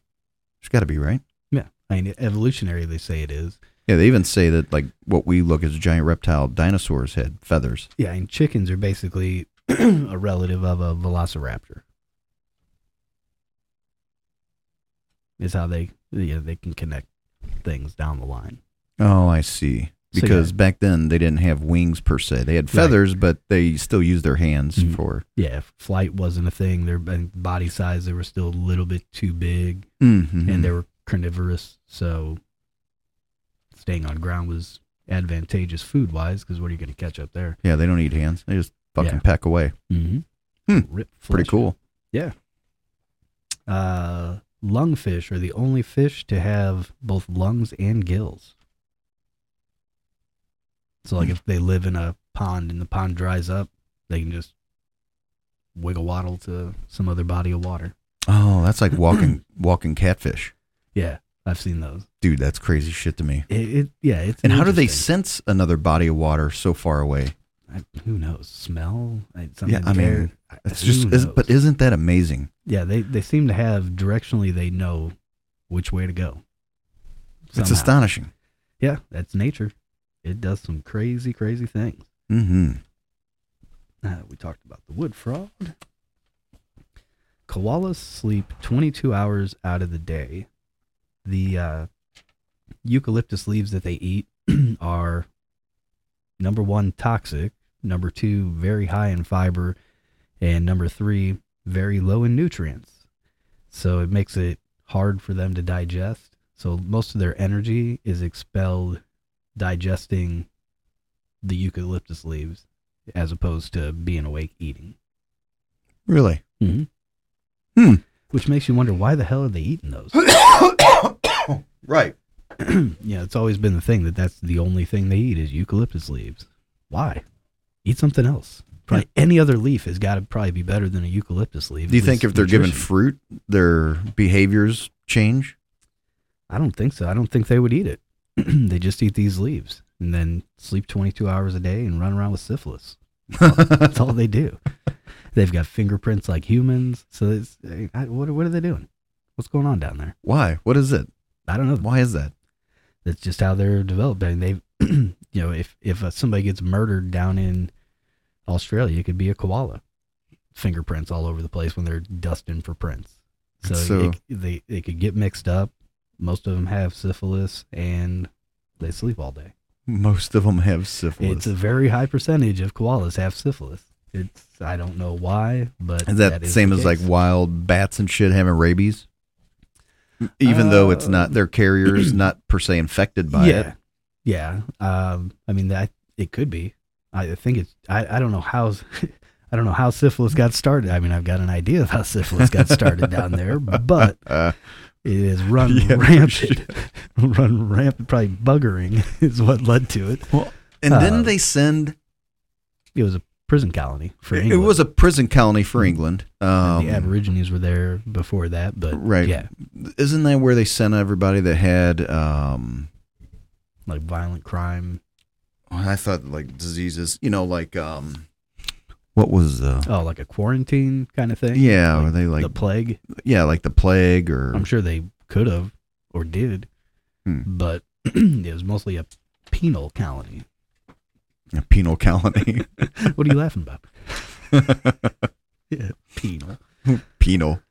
Speaker 1: There's got to be, right?
Speaker 2: Yeah, I mean evolutionary they say it is.
Speaker 1: Yeah, they even say that like what we look as giant reptile dinosaurs had feathers.
Speaker 2: Yeah, and chickens are basically [CLEARS THROAT] a relative of a velociraptor. Is how they yeah, they can connect things down the line.
Speaker 1: Oh, I see.
Speaker 2: So, yeah.
Speaker 1: Because back then they didn't have wings per se. They had
Speaker 2: Right.
Speaker 1: feathers, but they still used their hands
Speaker 2: Mhm.
Speaker 1: for.
Speaker 2: Yeah, if flight wasn't a thing, their and body size they were still a little bit too big
Speaker 1: Mm-hmm.
Speaker 2: and they were carnivorous, so staying on ground was advantageous food wise because what are you going to catch up there?
Speaker 1: yeah, they don't eat hands. They just fucking
Speaker 2: Yeah.
Speaker 1: peck away.
Speaker 2: Mm-hmm.
Speaker 1: Hmm,
Speaker 2: Rip
Speaker 1: Pretty
Speaker 2: flesh.
Speaker 1: cool.
Speaker 2: Uh, lungfish are the only fish to have both lungs and gills. So,
Speaker 1: Hmm.
Speaker 2: like, if they live in a pond and the pond dries up, they can just wiggle waddle to some other body of water.
Speaker 1: Oh, that's [CLEARS THROAT] like walking walking catfish,
Speaker 2: Yeah, I've seen those.
Speaker 1: dude. That's crazy shit to me.
Speaker 2: It, it yeah, it's
Speaker 1: And how do they
Speaker 2: interesting-
Speaker 1: sense another body of water so far away?
Speaker 2: I- who knows? Smell? I,
Speaker 1: Yeah, I mean, it's just. Is,
Speaker 2: Is,
Speaker 1: but isn't that amazing?
Speaker 2: yeah, they they seem to have directionally. They know which way to go.
Speaker 1: It's
Speaker 2: Somehow.
Speaker 1: astonishing.
Speaker 2: Yeah, that's nature. It does some crazy, crazy things.
Speaker 1: Mm-hmm.
Speaker 2: Uh, we talked about the wood frog. Koalas sleep 22 hours out of the day. The uh, eucalyptus leaves that they eat [CLEARS THROAT] are number one, toxic, number two, very high in fiber, and number three, very low in nutrients. So it makes it hard for them to digest. So most of their energy is expelled digesting the eucalyptus leaves as opposed to being awake eating.
Speaker 1: Really? Hmm.
Speaker 2: Which makes you wonder why the hell are they eating those? [CLEARS THROAT]
Speaker 1: right.
Speaker 2: yeah, it's always been the thing that that's the only thing they eat is eucalyptus leaves. Why? Eat something else. Probably any other leaf has got to probably be better than a eucalyptus leaf.
Speaker 1: Do you
Speaker 2: at
Speaker 1: think
Speaker 2: least
Speaker 1: if they're given
Speaker 2: nutrition.
Speaker 1: fruit, their behaviors change? [LAUGHS]
Speaker 2: [CLEARS THROAT] I don't think so. I don't think they would eat it. they just eat these leaves. and then sleep 22 hours a day and run around with syphilis. That's all they do. [LAUGHS] They've got fingerprints like humans. So it's, I- what, what are they doing? What's going on down there?
Speaker 1: Why? What is it?
Speaker 2: I don't know.
Speaker 1: Why is that?
Speaker 2: that's just how they're developed. I mean, they've, [CLEARS THROAT] you know, if if uh, somebody gets murdered down in Australia, it could be a koala. Fingerprints all over the place when they're dusting for prints. So,
Speaker 1: So-
Speaker 2: it, they they could get mixed up. Most of them have syphilis and they sleep all day.
Speaker 1: Most of them have syphilis.
Speaker 2: It's a very high percentage of koalas have syphilis. It's I don't know why, but
Speaker 1: is that, the same
Speaker 2: the
Speaker 1: as like
Speaker 2: case.
Speaker 1: wild bats and shit having rabies? Even though it's
Speaker 2: Uh,
Speaker 1: not their
Speaker 2: [CLEARS THROAT]
Speaker 1: carriers, not per se infected by
Speaker 2: yeah.
Speaker 1: it.
Speaker 2: Yeah. Um, I mean that it could be. I think it's I, I don't know how [LAUGHS] I don't know how syphilis got started. I mean I've got an idea of how syphilis got started
Speaker 1: [LAUGHS]
Speaker 2: down there, but
Speaker 1: Uh,
Speaker 2: it is run
Speaker 1: Yeah, no
Speaker 2: rampant. [LAUGHS] run rampant probably buggering [LAUGHS] is what led to it.
Speaker 1: and
Speaker 2: Uh,
Speaker 1: didn't they send?
Speaker 2: It was a prison colony for
Speaker 1: It
Speaker 2: England. Mm-hmm.
Speaker 1: was a prison colony for England. Um,
Speaker 2: the Aborigines were there before that, but
Speaker 1: Right.
Speaker 2: yeah,
Speaker 1: Isn't that where they sent everybody that had? Um,
Speaker 2: like violent crime.
Speaker 1: I thought like diseases. You know, like um, what was uh,
Speaker 2: Oh, like a quarantine kind of thing.
Speaker 1: yeah?
Speaker 2: like
Speaker 1: were they like
Speaker 2: the plague.
Speaker 1: yeah, like the plague or
Speaker 2: I'm sure they could have or did,
Speaker 1: Hmm.
Speaker 2: but [CLEARS THROAT] it was mostly a penal colony.
Speaker 1: a [LAUGHS] penal colony? [LAUGHS]
Speaker 2: What are you laughing about? Yeah, penal.
Speaker 1: penal.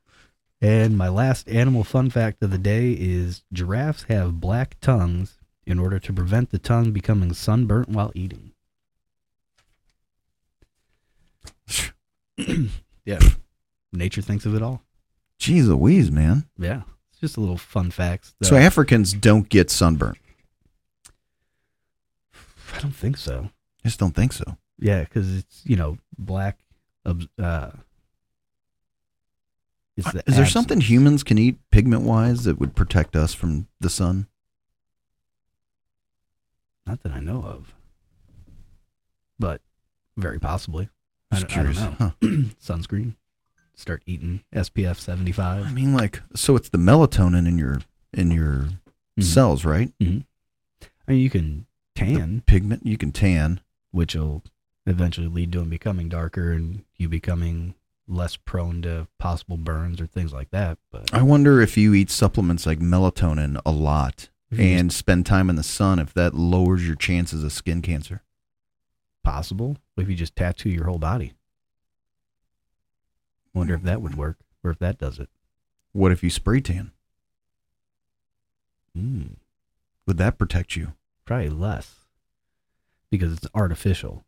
Speaker 2: And my last animal fun fact of the day is giraffes have black tongues in order to prevent the tongue becoming sunburnt while
Speaker 1: [CLEARS THROAT]
Speaker 2: eating. yeah. Nature thinks of it all.
Speaker 1: Jeez Louise, man.
Speaker 2: Yeah. It's just a little fun facts. that-
Speaker 1: So Africans don't get sunburnt.
Speaker 2: I don't think so.
Speaker 1: Just don't think so.
Speaker 2: Yeah, because it's you know black. obs- Uh, it's the
Speaker 1: Is there
Speaker 2: absence.
Speaker 1: something humans can eat pigment wise that would protect us from the sun?
Speaker 2: Not that I know of, but very possibly. I
Speaker 1: Just
Speaker 2: don't- I don't
Speaker 1: curious.
Speaker 2: know.
Speaker 1: Huh.
Speaker 2: Sunscreen. Start eating SPF seventy
Speaker 1: I
Speaker 2: five.
Speaker 1: mean, like, so it's the melatonin in your in your
Speaker 2: Mhm.
Speaker 1: cells, right?
Speaker 2: I mean, you can
Speaker 1: The
Speaker 2: tan,
Speaker 1: pigment you can tan.
Speaker 2: which will eventually lead to them becoming darker and you becoming less prone to possible burns or things like that. But
Speaker 1: I wonder if you eat supplements like melatonin a lot
Speaker 2: if you use
Speaker 1: and spend time in the sun, if that lowers your chances of skin cancer.
Speaker 2: possible if you just tattoo your whole body. Wonder if that would work or if that does it.
Speaker 1: What if you spray tan?
Speaker 2: Mm,
Speaker 1: Would that protect you?
Speaker 2: probably less because it's artificial.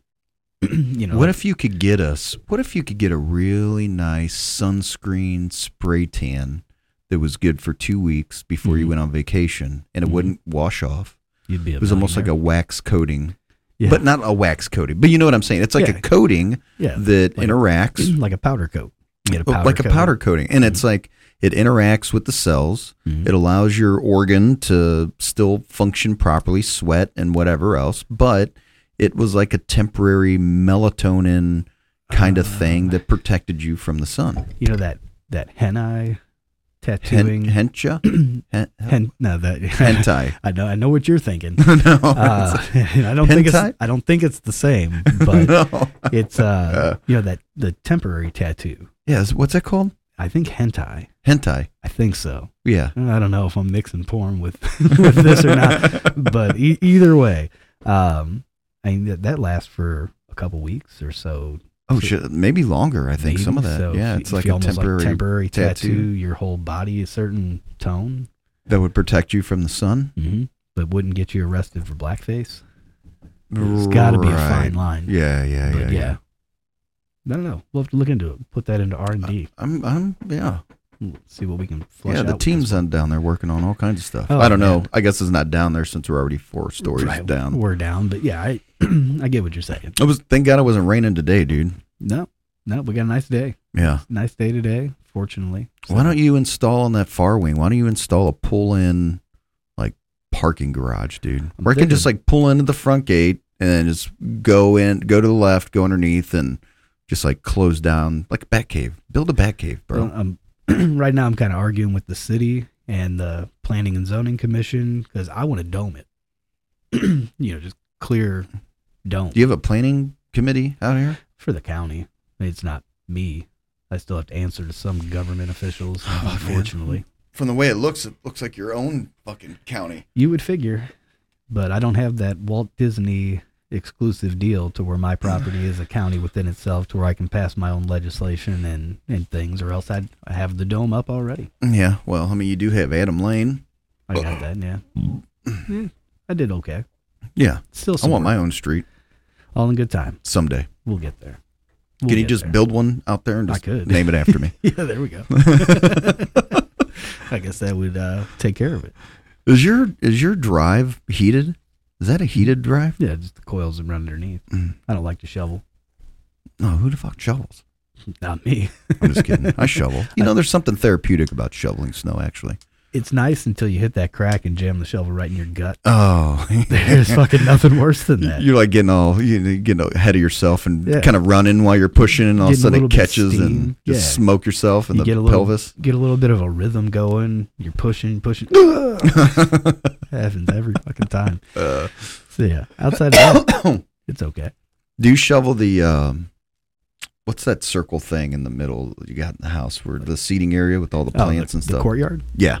Speaker 2: [CLEARS THROAT] you know,
Speaker 1: what
Speaker 2: like-
Speaker 1: if you could get us? What if you could get a really nice sunscreen spray tan that was good for two weeks before you
Speaker 2: Mhm.
Speaker 1: went on vacation, and it
Speaker 2: Mhm.
Speaker 1: wouldn't wash off?
Speaker 2: you'd be a
Speaker 1: It was almost like a
Speaker 2: millionaire.
Speaker 1: wax coating,
Speaker 2: yeah,
Speaker 1: but not a wax coating. But you know what I'm saying? It's like
Speaker 2: Yeah.
Speaker 1: a coating
Speaker 2: yeah,
Speaker 1: that
Speaker 2: Like-
Speaker 1: interacts,
Speaker 2: [CLEARS THROAT] like a powder coat. You get a powder
Speaker 1: Oh,
Speaker 2: Mm-hmm.
Speaker 1: like a
Speaker 2: coat.
Speaker 1: powder coating, and it's like it interacts with the cells.
Speaker 2: Mhm.
Speaker 1: It allows your organ to still function properly, sweat and whatever else, but it was like a temporary melatonin kind of
Speaker 2: Ah.
Speaker 1: thing that protected you from the sun.
Speaker 2: You know that that henai
Speaker 1: Hen-
Speaker 2: tattooing.
Speaker 1: hencha?
Speaker 2: [CLEARS THROAT]
Speaker 1: Hen-
Speaker 2: hen- no, that [LAUGHS]
Speaker 1: hentai. [LAUGHS]
Speaker 2: I know. I know what you're thinking.
Speaker 1: no. [LAUGHS]
Speaker 2: Uh, [LAUGHS] I don't think it's.
Speaker 1: Hentai?
Speaker 2: I don't think it's the same, but
Speaker 1: [LAUGHS] no.
Speaker 2: it's uh, you know that the temporary tattoo.
Speaker 1: Yes, what's that called?
Speaker 2: I think hentai.
Speaker 1: Hentai.
Speaker 2: I think so. [LAUGHS]
Speaker 1: Yeah.
Speaker 2: I don't know if I'm mixing porn with [LAUGHS] with this or not, but e- either way, um, I mean that, that lasts for a couple weeks or so.
Speaker 1: [LAUGHS] Oh shit, maybe longer, I think some of
Speaker 2: maybe.
Speaker 1: that.
Speaker 2: So
Speaker 1: yeah,
Speaker 2: if-
Speaker 1: it's
Speaker 2: if
Speaker 1: like
Speaker 2: you
Speaker 1: a
Speaker 2: almost,
Speaker 1: temporary
Speaker 2: temporary tattoo.
Speaker 1: tattoo.
Speaker 2: Your whole body a certain tone,
Speaker 1: that would protect you from the sun.
Speaker 2: mm-hmm. but wouldn't get you arrested for blackface. It's got to be a fine
Speaker 1: Right.
Speaker 2: line.
Speaker 1: Yeah, yeah,
Speaker 2: but
Speaker 1: yeah.
Speaker 2: yeah. I don't know. We'll have to look into it. Put that into R and D.
Speaker 1: I'm I'm yeah.
Speaker 2: See what we can
Speaker 1: Uh,
Speaker 2: flush
Speaker 1: Yeah,
Speaker 2: out.
Speaker 1: the
Speaker 2: with this
Speaker 1: team's on down there working on all kinds of stuff.
Speaker 2: Oh,
Speaker 1: I don't know.
Speaker 2: man.
Speaker 1: I guess it's not down there since we're already four stories
Speaker 2: Right,
Speaker 1: down.
Speaker 2: We're down, but yeah, I [CLEARS THROAT] I get what you're saying.
Speaker 1: It was thank God it wasn't raining today, dude.
Speaker 2: No, no, we got a nice day.
Speaker 1: Yeah.
Speaker 2: Nice day today, fortunately.
Speaker 1: Why don't you install on that far wing? Why don't you install a pull in like parking garage, dude?
Speaker 2: I'm
Speaker 1: Where I can just
Speaker 2: thinking-
Speaker 1: like pull into the front gate and just go in, go to the left, go underneath and just like close down like a bat cave. Build a bat cave, bro.
Speaker 2: Um, right now, I'm [CLEARS THROAT] kind of arguing with the city and the Planning and Zoning Commission because I want to dome it. [CLEARS THROAT] you know, just clear dome
Speaker 1: Do you have a planning committee out here?
Speaker 2: for the county. I mean, it's not me. I still have to answer to some government officials,
Speaker 1: [LAUGHS] Oh, man.
Speaker 2: unfortunately.
Speaker 1: From the way it looks, it looks like your own fucking county.
Speaker 2: You would figure, but I don't have that Walt Disney exclusive deal to where my property is a county within itself to where I can pass my own legislation and, and things, or else I'd I have the dome up already.
Speaker 1: Yeah, well, I mean, you do have Adam Lane.
Speaker 2: I got that, yeah.
Speaker 1: Mm.
Speaker 2: yeah I did okay.
Speaker 1: Yeah,
Speaker 2: Still,
Speaker 1: I
Speaker 2: some
Speaker 1: want
Speaker 2: work.
Speaker 1: my own street
Speaker 2: all in good time.
Speaker 1: someday.
Speaker 2: We'll get there. We'll
Speaker 1: Can you
Speaker 2: get
Speaker 1: just
Speaker 2: there.
Speaker 1: build one out there and
Speaker 2: I
Speaker 1: just
Speaker 2: could.
Speaker 1: name it after me?
Speaker 2: [LAUGHS] Yeah, there
Speaker 1: [LAUGHS]
Speaker 2: we go. I guess that would uh, take care of it.
Speaker 1: Is your is your drive heated? Is that a heated drive?
Speaker 2: Yeah, just the coils that run underneath.
Speaker 1: Mm.
Speaker 2: I don't like to shovel.
Speaker 1: No, who the fuck shovels?
Speaker 2: Not me.
Speaker 1: I'm just kidding.
Speaker 2: [LAUGHS]
Speaker 1: I shovel. You know, there's something therapeutic about shoveling snow, actually.
Speaker 2: It's nice until you hit that crack and jam the shovel right in your gut. [LAUGHS]
Speaker 1: Oh, [LAUGHS]
Speaker 2: There's fucking nothing worse than that.
Speaker 1: you're like getting all you know, getting ahead of yourself and
Speaker 2: Yeah.
Speaker 1: kind of running while you're pushing, and all of a
Speaker 2: Getting a
Speaker 1: sudden
Speaker 2: little
Speaker 1: it
Speaker 2: bit of
Speaker 1: catches and
Speaker 2: steam.
Speaker 1: just
Speaker 2: Yeah.
Speaker 1: smoke yourself in
Speaker 2: You
Speaker 1: the
Speaker 2: get a little-
Speaker 1: pelvis.
Speaker 2: Get a little bit of a rhythm going. You're
Speaker 1: [LAUGHS]
Speaker 2: pushing, pushing. [COUGHS]
Speaker 1: [COUGHS]
Speaker 2: happens every fucking time.
Speaker 1: Uh,
Speaker 2: So yeah, outside of that, it's okay.
Speaker 1: do you shovel the um, what's that circle thing in the middle you got in the house where the seating area with all the
Speaker 2: Oh,
Speaker 1: plants
Speaker 2: the,
Speaker 1: and
Speaker 2: the
Speaker 1: stuff?
Speaker 2: courtyard.
Speaker 1: Yeah,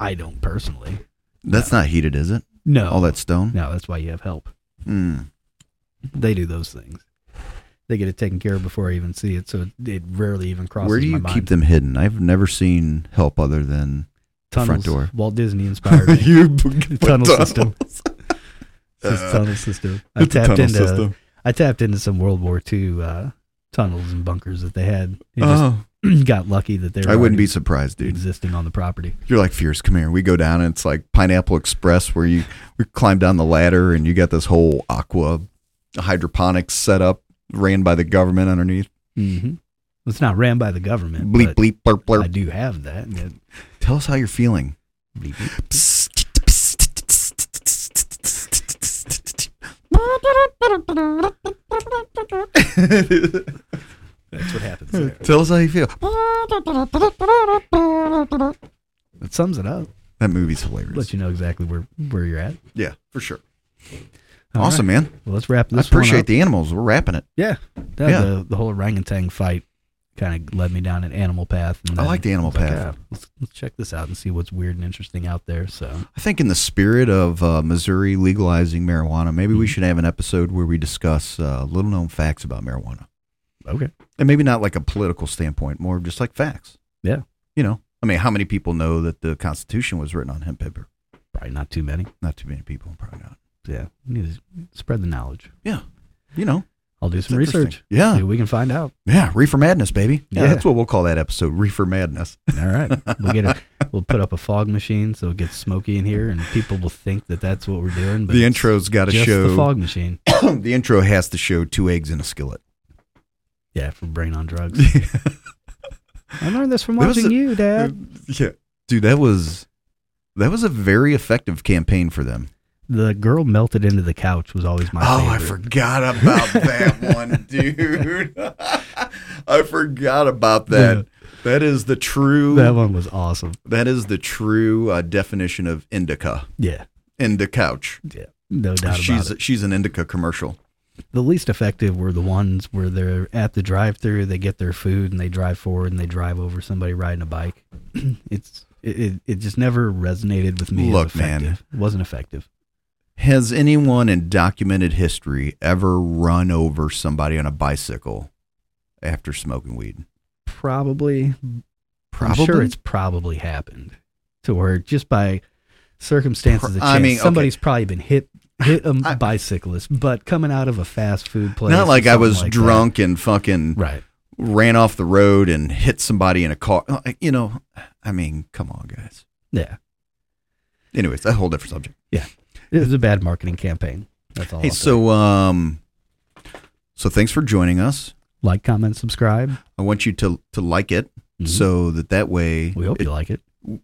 Speaker 2: I don't personally.
Speaker 1: that's not heated, is it?
Speaker 2: No,
Speaker 1: All that stone.
Speaker 2: no. That's why you have help.
Speaker 1: Mm.
Speaker 2: They do those things. They get it taken care of before I even see it, so it, it rarely even crosses
Speaker 1: Where do you
Speaker 2: my
Speaker 1: keep
Speaker 2: mind.
Speaker 1: them hidden? I've never seen help other than the front
Speaker 2: Tunnels,
Speaker 1: door?
Speaker 2: Walt
Speaker 1: [LAUGHS]
Speaker 2: Disney inspired me.
Speaker 1: you [LAUGHS]
Speaker 2: tunnel system. It's his tunnel system. I tapped into I tapped into some World War II uh, tunnels and bunkers that they had. And just
Speaker 1: Oh,
Speaker 2: [CLEARS THROAT] got lucky that they were
Speaker 1: I wouldn't
Speaker 2: already
Speaker 1: be surprised, dude.
Speaker 2: existing on the property.
Speaker 1: You're like fierce. Come here. We go down, and it's like Pineapple Express, where you we climb down the ladder, and you got this whole aqua hydroponics setup ran by the government underneath.
Speaker 2: Mm-hmm. It's not ran by the government.
Speaker 1: Bleep
Speaker 2: but
Speaker 1: bleep blurp
Speaker 2: I
Speaker 1: blurp.
Speaker 2: do have that. and it-
Speaker 1: Tell us how you're feeling. [LAUGHS]
Speaker 2: bleep, bleep. That's what happens.
Speaker 1: [LAUGHS]
Speaker 2: There.
Speaker 1: Tell us how you feel.
Speaker 2: It sums it up.
Speaker 1: That movie's hilarious.
Speaker 2: Let you know exactly where where you're at.
Speaker 1: Yeah, for sure.
Speaker 2: All
Speaker 1: awesome, man.
Speaker 2: right. Well, let's wrap this.
Speaker 1: I appreciate
Speaker 2: the
Speaker 1: the animals. We're wrapping it.
Speaker 2: yeah. That,
Speaker 1: Yeah.
Speaker 2: The the whole orangutan fight kind of led me down an animal path. And
Speaker 1: I
Speaker 2: then
Speaker 1: like the animal
Speaker 2: was like,
Speaker 1: path.
Speaker 2: "Ah, let's, let's check this out and see what's weird and interesting out there. So
Speaker 1: I think, in the spirit of uh, Missouri legalizing marijuana, maybe
Speaker 2: Mm-hmm.
Speaker 1: we should have an episode where we discuss uh, little known facts about marijuana.
Speaker 2: okay.
Speaker 1: And maybe not like a political standpoint, more just like facts.
Speaker 2: Yeah.
Speaker 1: You know, I mean, how many people know that the Constitution was written on hemp paper?
Speaker 2: Probably not too many.
Speaker 1: Not too many people, probably not.
Speaker 2: Yeah. We need to spread the knowledge.
Speaker 1: You know,
Speaker 2: I'll do
Speaker 1: it's
Speaker 2: some
Speaker 1: interesting.
Speaker 2: research. See
Speaker 1: Yeah.
Speaker 2: what we can find out.
Speaker 1: Yeah. Reefer Madness, baby. Yeah,
Speaker 2: Yeah.
Speaker 1: That's what we'll call that episode Reefer Madness.
Speaker 2: [LAUGHS] All right, we'll get a, [LAUGHS] we'll put up a fog machine so it gets smoky in here, and people will think that that's what we're doing. But
Speaker 1: the
Speaker 2: it's
Speaker 1: intro's got to
Speaker 2: just
Speaker 1: show.
Speaker 2: the fog machine.
Speaker 1: [CLEARS THROAT] the intro has to show two eggs in a
Speaker 2: [LAUGHS]
Speaker 1: skillet.
Speaker 2: Yeah, from Brain on Drugs.
Speaker 1: [LAUGHS] yeah.
Speaker 2: I learned this from
Speaker 1: There was
Speaker 2: watching
Speaker 1: a-
Speaker 2: you, Dad.
Speaker 1: Dude, that was that was a very effective campaign for them.
Speaker 2: The girl melted into the couch was always my
Speaker 1: oh,
Speaker 2: favorite.
Speaker 1: I forgot about that
Speaker 2: [LAUGHS]
Speaker 1: one, dude. [LAUGHS] I forgot about that. That is the true
Speaker 2: That one was awesome.
Speaker 1: that is the true uh, definition of indica.
Speaker 2: Yeah,
Speaker 1: Indica couch.
Speaker 2: yeah, no doubt
Speaker 1: She's
Speaker 2: about it.
Speaker 1: she's an indica commercial.
Speaker 2: The least effective were the ones where they're at the drive-through, they get their food, and they drive forward and they drive over somebody riding a bike. [CLEARS THROAT] it's it, it, it just never resonated with me. as
Speaker 1: Look, man.
Speaker 2: effective. it wasn't effective.
Speaker 1: Has anyone in documented history ever run over somebody on a bicycle after smoking weed?
Speaker 2: Probably, I'm sure it's probably happened to where just by circumstances,
Speaker 1: Pro-
Speaker 2: of
Speaker 1: I
Speaker 2: chance,
Speaker 1: mean, okay.
Speaker 2: somebody's probably been hit hit a
Speaker 1: I-
Speaker 2: bicyclist, but coming out of a fast food place.
Speaker 1: not
Speaker 2: or
Speaker 1: like I
Speaker 2: something
Speaker 1: was
Speaker 2: like that.
Speaker 1: drunk and fucking
Speaker 2: Right.
Speaker 1: ran off the road and hit somebody in a car. Uh, You know, I mean, come on, guys.
Speaker 2: Yeah.
Speaker 1: Anyways, a whole different subject.
Speaker 2: It was a bad marketing campaign. That's all.
Speaker 1: Hey,
Speaker 2: I'll say.
Speaker 1: so um, so thanks for joining us.
Speaker 2: like, comment, subscribe.
Speaker 1: I want you to to like it
Speaker 2: Mhm.
Speaker 1: so that that way
Speaker 2: we hope
Speaker 1: it,
Speaker 2: you like it.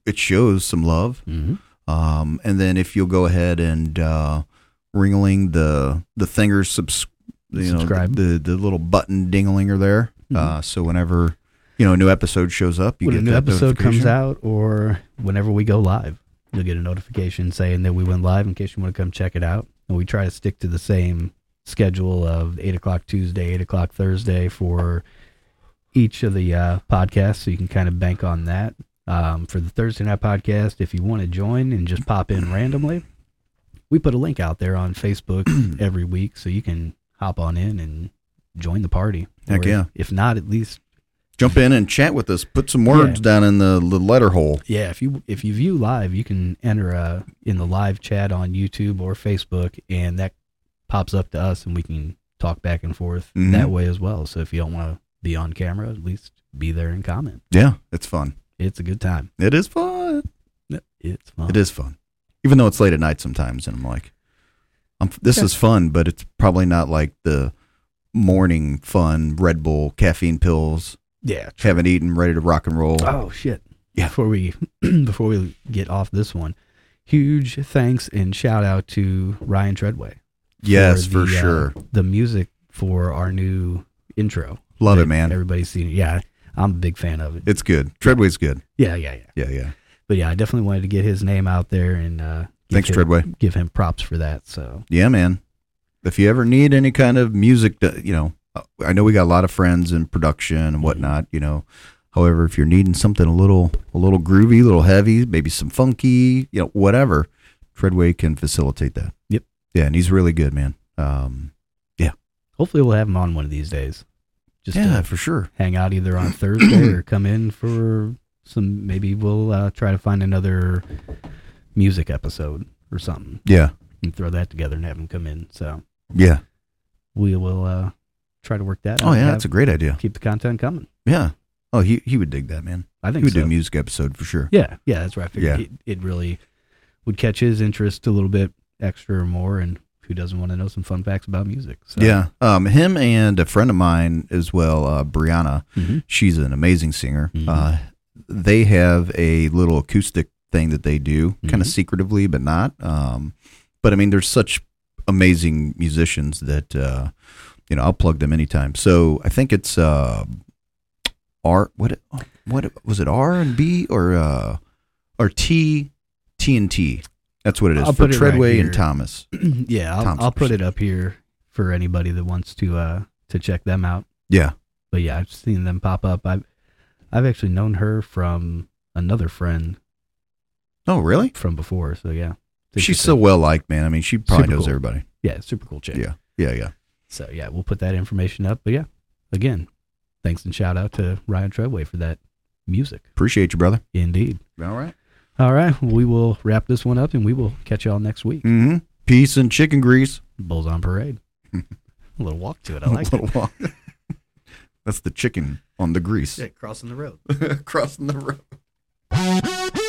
Speaker 1: it shows some love.
Speaker 2: hmm
Speaker 1: Um, and then if you'll go ahead and uh, ringling the the finger subs- you know,
Speaker 2: Subscribe. Mm-hmm.
Speaker 1: the the little button dinglinger there. Uh, so whenever you know a new episode shows up, you
Speaker 2: When
Speaker 1: get
Speaker 2: a new
Speaker 1: that
Speaker 2: episode comes
Speaker 1: notification.
Speaker 2: out, or whenever we go live, you'll get a notification saying that we went live. In case you want to come check it out, and we try to stick to the same schedule of eight o'clock Tuesday, eight o'clock Thursday for each of the uh, podcasts. So you can kind of bank on that um, for the Thursday night podcast. If you want to join and just pop in randomly, we put a link out there on
Speaker 1: [CLEARS THROAT]
Speaker 2: Facebook every week, so you can hop on in and join the party.
Speaker 1: Heck
Speaker 2: Or
Speaker 1: yeah.
Speaker 2: If not, at least
Speaker 1: Jump in and chat with us. Put some words down in the, the letter hole.
Speaker 2: Yeah, if you if you view live, you can enter uh, in the live chat on YouTube or Facebook, and that pops up to us, and we can talk back and forth
Speaker 1: Mhm.
Speaker 2: that way as well. So if you don't want to be on camera, at least be there and comment.
Speaker 1: Yeah, it's fun.
Speaker 2: It's a good time.
Speaker 1: It is fun.
Speaker 2: It's fun.
Speaker 1: It is fun, even though it's late at night sometimes, and I'm like, I'm, this
Speaker 2: Yeah.
Speaker 1: is fun, but it's probably not like the morning fun. Red Bull, caffeine pills,
Speaker 2: Yeah.
Speaker 1: haven't eaten, ready to rock and roll.
Speaker 2: Oh shit.
Speaker 1: Yeah.
Speaker 2: Before we [CLEARS THROAT] before we get off this one, huge thanks and shout out to Ryan Treadway.
Speaker 1: yes, for
Speaker 2: the, uh,
Speaker 1: sure.
Speaker 2: the music for our new intro.
Speaker 1: Love it,
Speaker 2: that
Speaker 1: man.
Speaker 2: Everybody's seen it. Yeah, I'm a big fan of it.
Speaker 1: It's good. Treadway's good.
Speaker 2: Yeah, yeah, yeah.
Speaker 1: Yeah, yeah.
Speaker 2: but yeah, I definitely wanted to get his name out there and uh, give
Speaker 1: Thanks,
Speaker 2: him-
Speaker 1: Treadway.
Speaker 2: Give him props for that. So
Speaker 1: Yeah, man. If you ever need any kind of music, to, you know, I know we got a lot of friends in production and whatnot. You know, however, if you're needing something a little, a little groovy, a little heavy, maybe some funky, you know, whatever, Treadway can facilitate that.
Speaker 2: Yep.
Speaker 1: Yeah, and he's really good, man. Um,
Speaker 2: hopefully we'll have him on one of these days. Just
Speaker 1: yeah,
Speaker 2: to
Speaker 1: for sure.
Speaker 2: hang out
Speaker 1: [CLEARS THROAT]
Speaker 2: either on Thursday or come in for some. Maybe we'll uh, try to find another music episode or something
Speaker 1: Yeah,
Speaker 2: and throw that together and have him come in. So
Speaker 1: yeah.
Speaker 2: we will uh, try to work that.
Speaker 1: Oh,
Speaker 2: out and
Speaker 1: yeah,
Speaker 2: have-
Speaker 1: that's a great idea.
Speaker 2: keep the content coming.
Speaker 1: Yeah. Oh, he he would dig that, man.
Speaker 2: I
Speaker 1: He
Speaker 2: think
Speaker 1: would
Speaker 2: so.
Speaker 1: do a music episode for sure.
Speaker 2: Yeah, yeah, that's right. I figured
Speaker 1: Yeah.
Speaker 2: it, it really would catch his interest a little bit extra or more, and who doesn't want to know some fun facts about music? So.
Speaker 1: Yeah. Um, him and a friend of mine as well, uh, Brianna.
Speaker 2: Mhm.
Speaker 1: she's an amazing singer.
Speaker 2: Mhm.
Speaker 1: Uh, they have a little acoustic thing that they do, kind of
Speaker 2: Mhm.
Speaker 1: secretively, but not. Um, but I mean, there's such amazing musicians that uh, you know I'll plug them anytime. So I think it's uh, R. What what was it? R and B or uh, or T T and T. That's what it is
Speaker 2: I'll
Speaker 1: for
Speaker 2: put it right
Speaker 1: Treadway
Speaker 2: here.
Speaker 1: and Thomas.
Speaker 2: [CLEARS THROAT] yeah, I'll,
Speaker 1: Tom's
Speaker 2: I'll put
Speaker 1: first.
Speaker 2: it up here for anybody that wants to uh to check them out.
Speaker 1: Yeah.
Speaker 2: But yeah, I've seen them pop up. I've I've actually known her from another friend
Speaker 1: Oh, really?
Speaker 2: from before. So yeah, Think
Speaker 1: She's
Speaker 2: it's
Speaker 1: so
Speaker 2: a-
Speaker 1: well liked, man. I mean, she probably
Speaker 2: Super
Speaker 1: knows
Speaker 2: cool.
Speaker 1: everybody.
Speaker 2: yeah, super cool chick.
Speaker 1: Yeah. Yeah, yeah.
Speaker 2: So yeah, we'll put that information up. But yeah, again, thanks and shout out to Ryan Treadway for that music.
Speaker 1: Appreciate you, brother.
Speaker 2: Indeed.
Speaker 1: All right.
Speaker 2: All right, we will wrap this one up, and we will catch y'all next week.
Speaker 1: Mm-hmm. Peace and chicken grease.
Speaker 2: Bulls
Speaker 1: [LAUGHS]
Speaker 2: on parade. a little walk to it. I
Speaker 1: A [LAUGHS]
Speaker 2: like
Speaker 1: little
Speaker 2: it.
Speaker 1: walk. That's the chicken on the grease
Speaker 2: [LAUGHS] crossing the road.
Speaker 1: crossing the road.